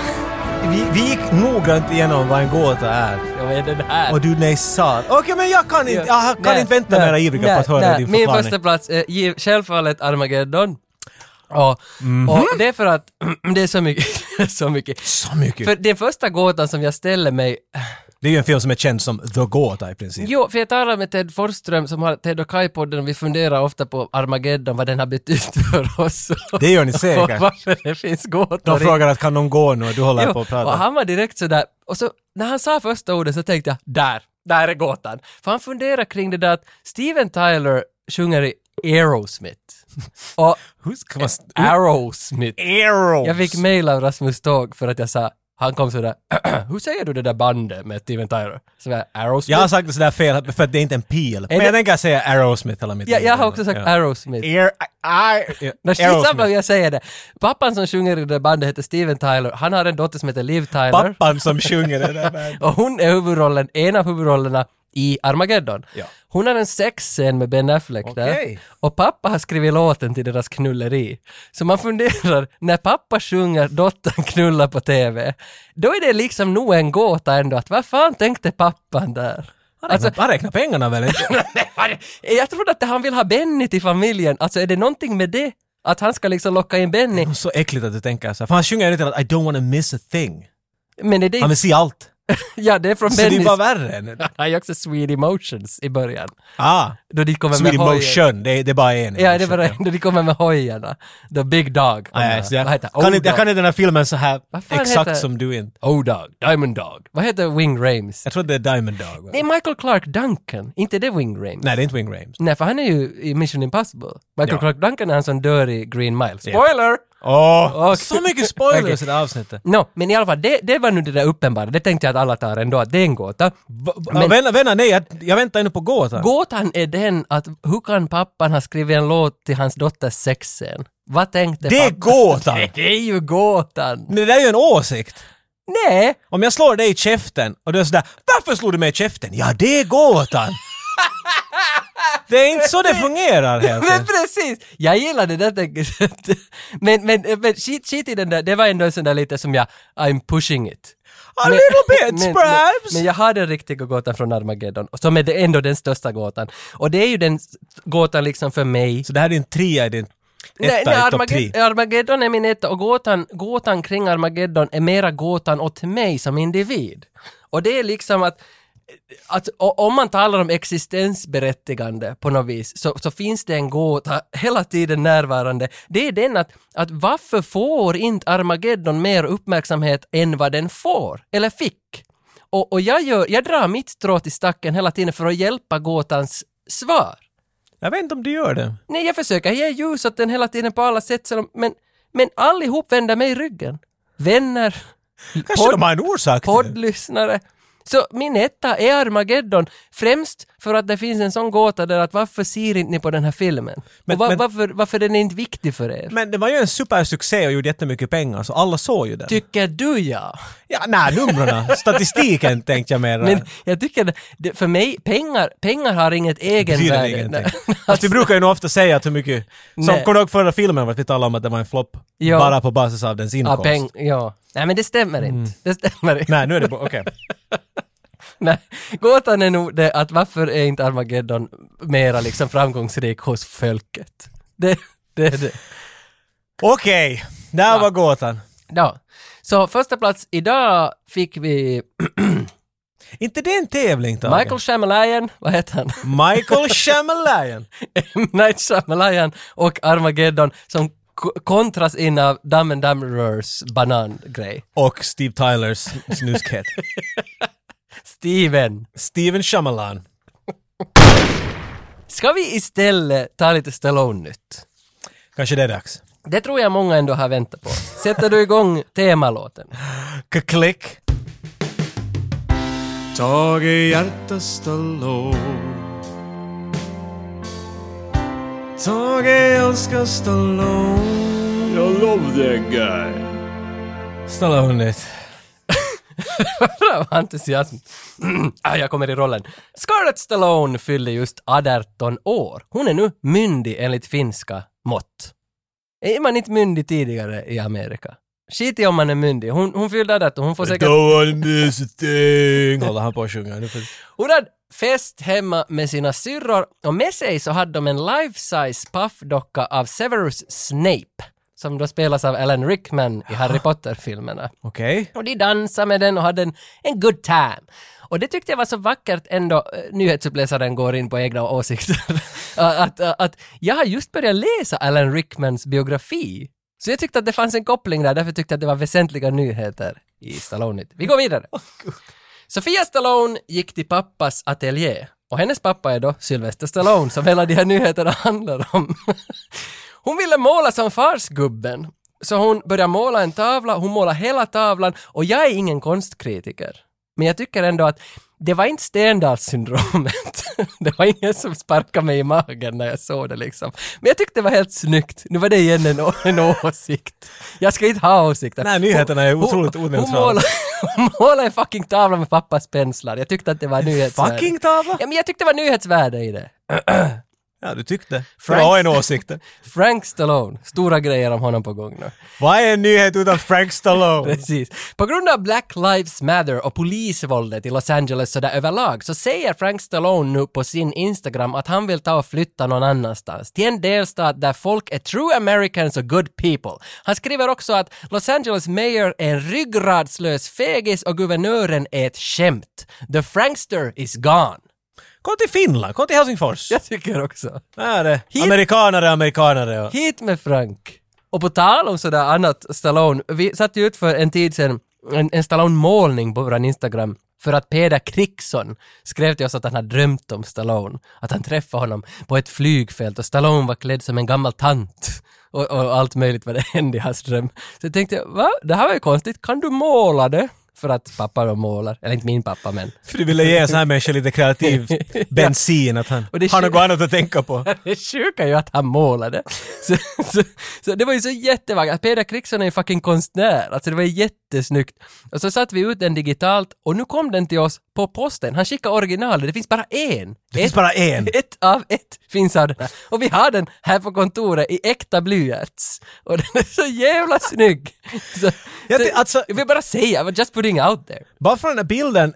S2: Vi, vi gick noggrant igenom vad en gåta är.
S1: Ja, vad är den här?
S2: Och du nej sa... Okej men jag kan inte, jag kan
S1: Nej,
S2: inte vänta
S1: nej,
S2: mera ivriga
S1: nej,
S2: på att höra
S1: nej.
S2: din
S1: Min
S2: förklaring.
S1: första plats är giv- självfallet Armageddon. Och,
S2: Mhm.
S1: och det är för att det är så mycket, så mycket.
S2: Så mycket.
S1: För den första gåtan som jag ställer mig
S2: Det är ju en film som är känd som The Gåta i princip.
S1: Jo, för jag talade med Ted Forsström som har Ted och Kai-podden och vi funderar ofta på Armageddon, vad den har betytt för oss.
S2: Det gör ni
S1: Och
S2: säkert.
S1: varför det finns gåtor.
S2: De
S1: i-
S2: frågar att kan de gå nu och du håller
S1: Jo,
S2: på att
S1: och
S2: prata.
S1: han var direkt sådär, och så när han sa första ordet så tänkte jag, där, där är gåtan. För han funderar kring det där att Steven Tyler sjunger i Aerosmith. Och
S2: Hur ska man... st-
S1: Aerosmith.
S2: Arrows!
S1: Jag fick mail av Rasmus Tåg för att jag sa, han kom sådär, hur säger du det där bandet med Steven Tyler? Så jag,
S2: Jag
S1: Aerosmith?
S2: har sagt det sådär fel för att det är inte en pil. Men
S1: det-
S2: jag tänker säga Aerosmith hela mitt
S1: Ja,
S2: liv.
S1: jag har också sagt
S2: Ja.
S1: Aerosmith.
S2: Air, I, I,
S1: Men skitsamma om
S2: Aerosmith.
S1: jag säger det. Pappan som sjunger i det bandet heter Steven Tyler. Han har en dotter som heter Liv Tyler.
S2: Pappan som sjunger det där bandet.
S1: Och hon är huvudrollen, en av huvudrollerna i Armageddon.
S2: Ja.
S1: Hon har en sexscen med Ben Affleck där.
S2: Okej.
S1: Och pappa har skrivit låten till deras knulleri. Så man funderar, när pappa sjunger dottern knullar på TV, då är det liksom nog en gåta ändå att vad fan tänkte pappan där?
S2: Han
S1: Alltså-
S2: räknar- han räknar pengarna väl inte?
S1: Nej, vad är det? jag trodde att han vill ha Benny till familjen. Alltså är det någonting med det? Att han ska liksom locka in Benny?
S2: Så äckligt att du tänker så. här. För han sjunger ju lite att I don't wanna miss a thing.
S1: Men är det
S2: Han vill se allt.
S1: Ja, det är från
S2: Så det är
S1: Bennys...
S2: bara värre än...
S1: Han har ju också Sweet Emotions i början.
S2: Ah!
S1: Då de kommer
S2: Sweet
S1: med hojen.
S2: emotion, det är, det är bara en.
S1: Ja, det var
S2: emotion,
S1: det. Då de kommer med hojarna. The Big Dog.
S2: ja.
S1: kommer.
S2: Nej, så jag,
S1: Vad heter
S2: kan inte, jag
S1: O-Dog.
S2: kan inte den här filmen så här
S1: Vad fan
S2: exakt
S1: heter-
S2: som du inte.
S1: O-Dog. Diamond Dog. Vad heter Wing Rames?
S2: Jag tror det är Diamond Dog. va?
S1: Det är Michael Clark Duncan. Inte det Wing Rames?
S2: Nej, det är inte Wing Rames.
S1: Nej, för han är ju i Mission Impossible. Michael
S2: Ja.
S1: Clark Duncan är han som dör i Green Mile.
S2: Ja.
S1: Spoiler!
S2: Åh!
S1: Okej.
S2: Så mycket spoilers i det här avsnittet.
S1: Nå, men i alla fall, det, det var nu det där uppenbara. Det tänkte jag att alla tar ändå, att det är en gåta.
S2: Men, vänta, vänta, nej, jag, jag väntar ännu på gåtan.
S1: Gåtan är den att hur kan pappan ha skrivit en låt till hans dotters sexscen? Vad tänkte
S2: Det är
S1: pappan?
S2: gåtan.
S1: Det, det är ju gåtan!
S2: Men det där är ju en åsikt.
S1: Nej!
S2: Om jag slår dig i käften och du är sådär “Varför slog du mig i käften?” Ja, det är gåtan! det är inte så det fungerar helt
S1: Men
S2: enkelt.
S1: precis! Jag gillar det där tänkesättet. Men, men, men shit, shit i den där, det var ändå en sån där lite som jag, I'm pushing it.
S2: A little bit,
S1: men,
S2: perhaps!
S1: Men jag har den riktiga gåtan från Armageddon, som är det- ändå den största gåtan. Och det är ju den s- gåtan liksom för mig.
S2: Så det här är din trea i din
S1: Nej,
S2: etta
S1: nej
S2: i topp tre?
S1: Armageddon, Armageddon är min etta och gåtan, gåtan kring Armageddon är mera gåtan åt mig som individ. Och det är liksom att att o- om man talar om existensberättigande på något vis så, så finns det en gåta hela tiden närvarande. Det är den att, att varför får inte Armageddon mer uppmärksamhet än vad den får eller fick? Och, och jag, gör, jag drar mitt strå till stacken hela tiden för att hjälpa gåtans svar.
S2: Jag vet inte om du gör det.
S1: Nej, jag försöker ge ljus åt den hela tiden på alla sätt, så de, men, men allihop vänder mig ryggen. Vänner,
S2: Kanske
S1: Podd-
S2: de har en orsak till det.
S1: poddlyssnare. Så min etta är Armageddon, främst för att det finns en sån gåta där att varför ser inte ni på den här filmen?
S2: Men-
S1: och va,
S2: men-
S1: varför, varför den är inte viktig för er?
S2: Men det var ju en supersuccé och gjorde jättemycket pengar, så alla såg ju den.
S1: Tycker du ja?
S2: ja, nej, numren. Statistiken tänkte jag mer.
S1: Men jag tycker, det- det, för mig, pengar, pengar har inget
S2: betyder
S1: egenvärde.
S2: ingenting.
S1: Nej.
S2: Fast vi brukar ju nog ofta säga att hur mycket... Som
S1: Nej.
S2: kommer du ihåg förra filmen, vart vi talade om att det var en flopp?
S1: Ja.
S2: Bara på basis av dens
S1: ja,
S2: inkomst.
S1: peng, ja. Nej men det stämmer
S2: Mm.
S1: inte. Det stämmer inte.
S2: Nej, nu är det bra. Okej.
S1: Nej, gåtan är nog det att varför är inte Armageddon mera liksom framgångsrik hos folket? Det, det är det.
S2: Okej, där var gåtan.
S1: Ja. Så första plats idag fick vi
S2: Inte det en tävling, Tage?
S1: Michael Shyamalan, vad heter han?
S2: Michael Shyamalan.
S1: M. Night Shyamalan och Armageddon som ko- kontras in av Dumb and Dumberers banangrej.
S2: Och Steve Tylers snuskhet.
S1: Steven,
S2: Steven Shyamalan.
S1: ska vi istället ta lite Stallone-nytt?
S2: Kanske det är dags.
S1: Det tror jag många ändå har väntat på. Sätter du igång temalåten?
S2: Klick.
S5: Tage Hjärta Stallone Tage älskar Stallone Jag love that guy
S2: Stallone-nytt.
S1: Bra, vad entusiasm. ah, jag kommer i rollen. Scarlett Stallone fyllde just 18 år. Hon är nu myndig enligt finska mått. Är man inte myndig tidigare i Amerika? Skit i om man är myndig. Hon, hon fyllde 18, hon får säkert...
S2: Don't wanna miss a thing. Håller han på att sjunga nu för...
S1: Hon hade fest hemma med sina syrror och med sig så hade de en life-size paffdocka av Severus Snape som då spelas av Alan Rickman i Harry Potter-filmerna.
S2: Okej.
S1: Och de dansade med den och hade en, en good time. Och det tyckte jag var så vackert ändå, eh, nyhetsuppläsaren går in på egna åsikter, att, att, att jag har just börjat läsa Alan Rickmans biografi. Så jag tyckte att det fanns en koppling där, därför tyckte jag att det var väsentliga nyheter i Stallone. Vi går vidare. Sofia Stallone gick till pappas ateljé och hennes pappa är då Sylvester Stallone som hela de här nyheterna handlar om. Hon ville måla som farsgubben så hon började måla en tavla, hon målade hela tavlan och jag är ingen konstkritiker. Men jag tycker ändå att det var inte Stendalssyndromet. det var ingen som sparkade mig i magen när jag såg det liksom. Men jag tyckte det var helt snyggt. Nu var det igen en, å- en åsikt. Jag ska inte ha åsikter.
S2: Nej, nyheterna är otroligt
S1: Hon-
S2: oneutrala.
S1: Hon målade, hon målade en fucking tavla med pappas penslar. Jag tyckte att det var nyhetsvärde.
S2: Fucking tavla?
S1: Ja, men jag tyckte det var nyhetsvärde i det.
S2: Ja, du tyckte.
S1: Frank-
S2: Frank... Jag har en åsikt.
S1: Frank Stallone, stora grejer om honom på gång nu.
S2: Vad är en nyhet utan Frank Stallone?
S1: Precis. På grund av Black Lives Matter och polisvåldet i Los Angeles sådär överlag så säger Frank Stallone nu på sin Instagram att han vill ta och flytta någon annanstans. Till en delstat där folk är true Americans och good people. Han skriver också att Los Angeles mayor är en ryggradslös fegis och guvernören är ett skämt. The Frankster is gone.
S2: Kom till Finland, kom till Helsingfors.
S1: Jag tycker också.
S2: Här är det.
S1: Hit-
S2: Amerikanare, amerikanare. och-
S1: Hit med Frank! Och på tal om sådär annat Stallone, vi satte ju ut för en tid sedan en, en Stallone-målning på vår Instagram för att Peder Kriksson skrev till oss att han hade drömt om Stallone. Att han träffade honom på ett flygfält och Stallone var klädd som en gammal tant. Och, och allt möjligt vad det hände i hans dröm. Så jag tänkte, va? Det här var ju konstigt, kan du måla det? För att pappa då målar, eller inte min pappa men
S2: För du ville ge en sån här människa lite kreativ bensin, att han
S1: Och det
S2: har
S1: kän-
S2: något annat att tänka på.
S1: Det sjuka är ju att han målade. Så, så, så det var ju så jättevackert. Peder Kriksson är ju fucking konstnär. Alltså det var ju jättesnyggt. Och så satte vi ut den digitalt och nu kom den till oss på posten. Han skickade originalet, det finns bara en.
S2: Det finns bara en.
S1: Ett av ett finns av den här. Och vi har den här på kontoret i äkta blyerts. Och den är så jävla snygg! Så,
S2: Jag
S1: så,
S2: ty- alltså-
S1: jag vill bara säga, I was just putting out there.
S2: Bara från den här bilden,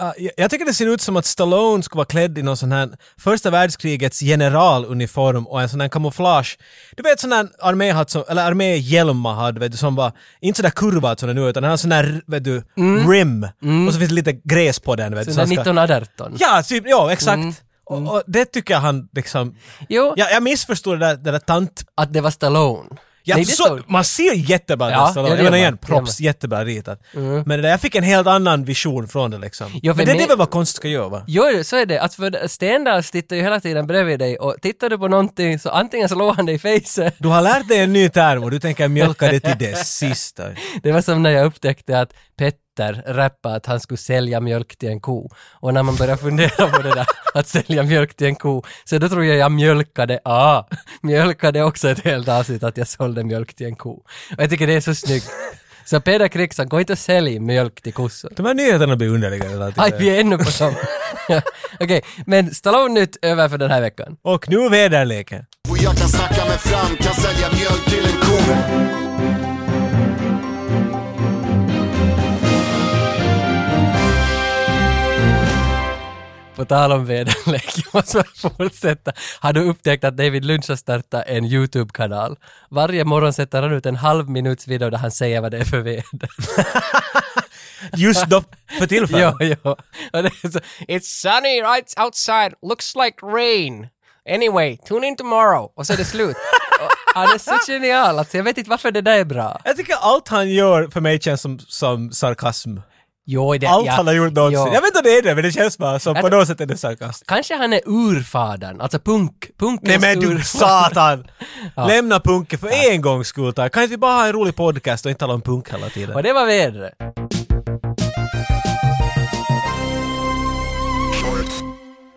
S2: eh, jag- jag tycker det ser ut som att Stallone skulle vara klädd i någon sån här första världskrigets generaluniform och en sån här kamouflage. Du vet sån här arméhatt, som- eller arméhjälm man hade, vet du, som var, inte sådär kurvad som den nu utan den har sån här, vet du,
S1: Mm.
S2: rim. Och så finns det lite gräs på den, vet du.
S1: Så
S2: så
S1: den
S2: han ska-
S1: 1918.
S2: Ja, typ, ja, exakt.
S1: Mm.
S2: Och, och det tycker jag han liksom...
S1: Jo,
S2: Ja, jag missförstod det där, det där tant...
S1: att det var Stallone.
S2: Ja,
S1: Nej, det
S2: så,
S1: såg-
S2: man ser jättebra
S1: Ja,
S2: ja, Stallone.
S1: ja, det
S2: Jag menar
S1: gör
S2: igen,
S1: man. Det gör
S2: props, jättebra ritat. Men det där, jag fick en helt annan vision från det liksom.
S1: Ja, för
S2: Men det, det
S1: mig-
S2: är väl vad konst ska göra va?
S1: Jo, så är det. Att för Stendahls tittar ju hela tiden bredvid dig och tittar du på någonting så antingen slår han dig i facet.
S2: Du har lärt dig en ny term och du tänker mjölka det till det sista.
S1: Det var som när jag upptäckte att Petter rappade att han skulle sälja mjölk till en ko. Och när man börjar fundera på det där, att sälja mjölk till en ko, så då tror jag jag mjölkade, ah, mjölkade också ett helt avsnitt att jag sålde mjölk till en ko. Och jag tycker det är så snyggt. Så Peder Kriksson, gå inte och sälj mjölk till kossor.
S2: De här nyheterna blir underliga hela
S1: Aj, vi
S2: tiden.
S1: är ännu på samma. Ja, Okej, men Stallone-nytt över för den här veckan.
S2: Och nu väderleken.
S6: Och jag kan snacka mig fram, kan sälja mjölk till en ko.
S1: På tal om väderlek, jag måste bara fortsätta. Har du upptäckt att David Lynch har startat en YouTube-kanal? Varje morgon sätter han ut en halv minuts video där han säger vad det är för väder.
S2: Just då, för tillfället.
S1: jo, jo. Och det är så, It's sunny right outside, looks like rain. Anyway, tune in tomorrow. Och så är det slut. Och han är så genial, alltså jag vet inte varför det där är bra.
S2: Jag tycker allt han gör för mig känns som, som sarkasm.
S1: Jo, det,
S2: Allt
S1: ja.
S2: han har gjort någonsin.
S1: Jo.
S2: Jag vet inte om det är det, men det känns bara som på något sätt är det sarkasm.
S1: Kanske han är urfadern, alltså punk, punkens
S2: Nej men du
S1: urfader.
S2: satan! Lämna punken för en gångs skull tack. Kan inte vi bara ha en rolig podcast och inte tala om punk hela tiden?
S1: Och det var vädret.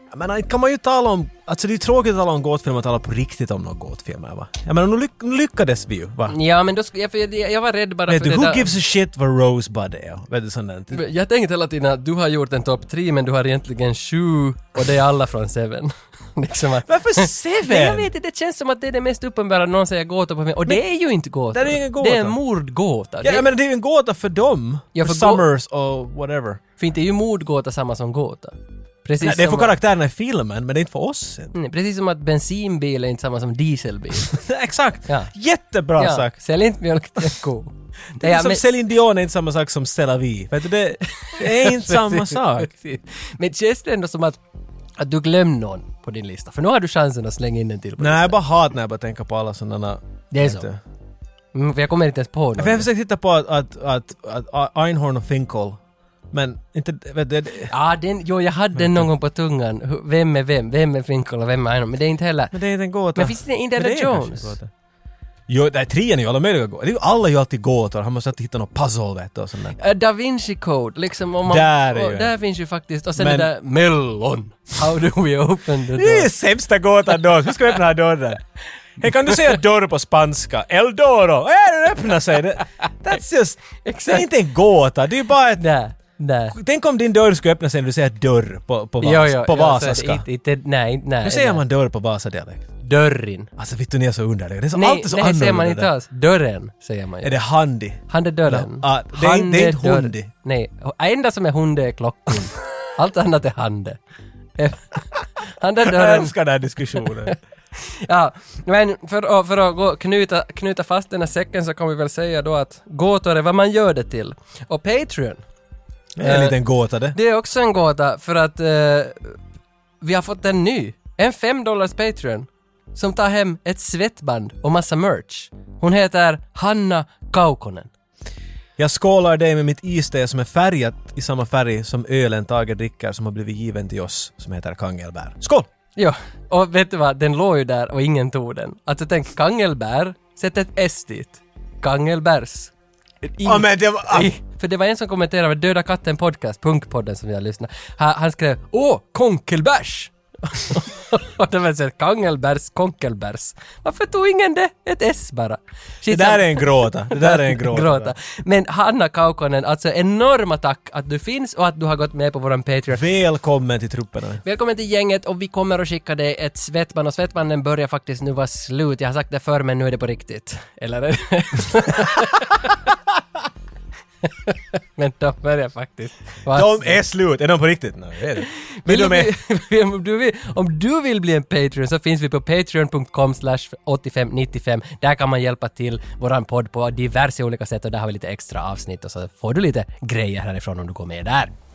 S2: Jag menar, kan man ju tala om... Alltså det är ju tråkigt att tala om gåtfilmer och tala på riktigt om några gåtfilmer va? Jag menar, nu lyck- nu lyckades vi ju va?
S1: Ja, men då skulle jag, för jag, jag var rädd bara
S2: Vet
S1: för
S2: du,
S1: det
S2: who
S1: där.
S2: gives a shit vad Rosebud är? Vet du sånt där?
S1: Jag tänkte hela tiden att du har gjort en topp tre men du har egentligen sju och det är alla från Seven. liksom att...
S2: Varför
S1: Nej, jag
S2: Seven?
S1: vet inte, det känns som att det är det mest uppenbara att någon säger gåta på mig. Och det är ju inte gåta.
S2: det är ingen gåta.
S1: Det är en mordgåta.
S2: Ja,
S1: det,
S2: jag menar det är ju en gåta för dem.
S1: Ja,
S2: för
S1: för gå-
S2: Summers och whatever.
S1: För inte är ju mordgåta samma som gåta. Precis,
S2: Nej, det är för
S1: som att,
S2: karaktärerna i filmen, men det är inte för oss. inte.
S1: Mm, precis som att bensinbil är inte samma som dieselbil.
S2: Exakt!
S1: Ja.
S2: Jättebra
S1: Ja,
S2: sagt!
S1: Sälj inte mjölk till en ko.
S2: Det är som Liksom Céline Dion är inte samma sak som C'est la vie. Vet du, det, det är inte samma
S1: Precis,
S2: sak.
S1: precis. Men känns det ändå som att, att du glömde någon på din lista? För nu har du chansen att slänga in en till på
S2: Nej, jag
S1: listan.
S2: bara hat när jag bara tänker på alla sådana...
S1: Det är så. Mm, för jag kommer inte ens på någon.
S2: För jag försökte titta på att, att, att, att, Einhorn och Finkel, men inte... Vet du, det-
S1: Ja, den, jo, jag hade den någon gång på tungan. Hu- Vem är vem? Vem är Finkel och vem är Einar? Men det är inte heller...
S2: men det är inte en gåta.
S1: Men finns det Indiana
S2: Men det är kanske
S1: Jones?
S2: en gåta. Jo, det är trean är ju alla möjliga gåtor. Det är ju- Alla är ju alltid gåtor. Han måste alltid hitta något puzzle, vet du, och sånt där.
S1: Äh, Da Vinci Code, liksom om man...
S2: Där är
S1: och,
S2: ju-
S1: där finns ju faktiskt... Och sen
S2: Men-
S1: det där... Mellon! How do we open the
S2: Det är
S1: door?
S2: sämsta gåtan då. Hur ska vi öppna den här dörren? Hey, kan du säga dörr på spanska? Eldoro! Äh, den öppnar sig! Det- That's just... Det är
S1: Exakt.
S2: inte en gåta, det är ju bara ett...
S1: Nej, nej.
S2: Tänk om din dörr skulle öppna sig när du säger dörr på, på, vas,
S1: Jo, jo,
S2: på
S1: jo, så är det
S2: vasaska.
S1: inte- inte- Nej, nej.
S2: Hur säger
S1: nej.
S2: man dörr på vasadialekt?
S1: Dörrin.
S2: Alltså vet du, ni är så underliga. Det är så,
S1: Nej,
S2: alltid så
S1: nej,
S2: annorlunda.
S1: säger man inte
S2: där.
S1: alls. Dörren, säger man
S2: Är
S1: ju.
S2: det handi?
S1: Handedörren.
S2: Ja, det är inte- det är inte
S1: Handedörr-
S2: hundi.
S1: Nej, enda som är hunde är klockan. Allt annat är hande.
S2: Jag
S1: Handedörren
S2: älskar den här diskussionen.
S1: Ja, men för att, för att gå, knuta, knuta fast den här säcken så kan vi väl säga då att gåtor är vad man gör det till. Och Patreon,
S2: Det är en liten gåta det.
S1: Eh, det är också en gåta för att eh, vi har fått en ny. En 5 dollars Patreon som tar hem ett svettband och massa merch. Hon heter Hanna Kaukonen.
S2: Jag skålar dig med mitt iste som är färgat i samma färg som ölen Tage dricker som har blivit given till oss som heter kangelbär. Skål!
S1: Ja, och vet du vad, den låg ju där och ingen tog den. Alltså tänk kangelbär, sätt ett S dit. Kangelbärs. Ingen-
S2: Ja, men det var... ah,
S1: Nej, För det var en som kommenterade med Döda katten podcast, punkpodden som jag lyssnade. Han, han skrev Åh, konkelbärs! Och det var så här, kangelbärs, konkelbärs. Varför tog ingen det? Ett S bara.
S2: Det där är en gråta. Det där är en gråta.
S1: gråta. Men Hanna Kaukonen, alltså enorma tack att du finns och att du har gått med på våran Patreon.
S2: Välkommen till trupperna.
S1: Välkommen till gänget och vi kommer att skicka dig ett svettband och svettbanden börjar faktiskt nu vara slut. Jag har sagt det förr men nu är det på riktigt. Eller? är det- men de börjar faktiskt vara
S2: De är slut! Är de på riktigt? Nej, det är det. Vill de med?
S1: bli- om, du vill, om du vill bli en Patreon så finns vi på patreon.com slash 8595. Där kan man hjälpa till våran podd på diverse olika sätt och där har vi lite extra avsnitt och så får du lite grejer härifrån om du går med där.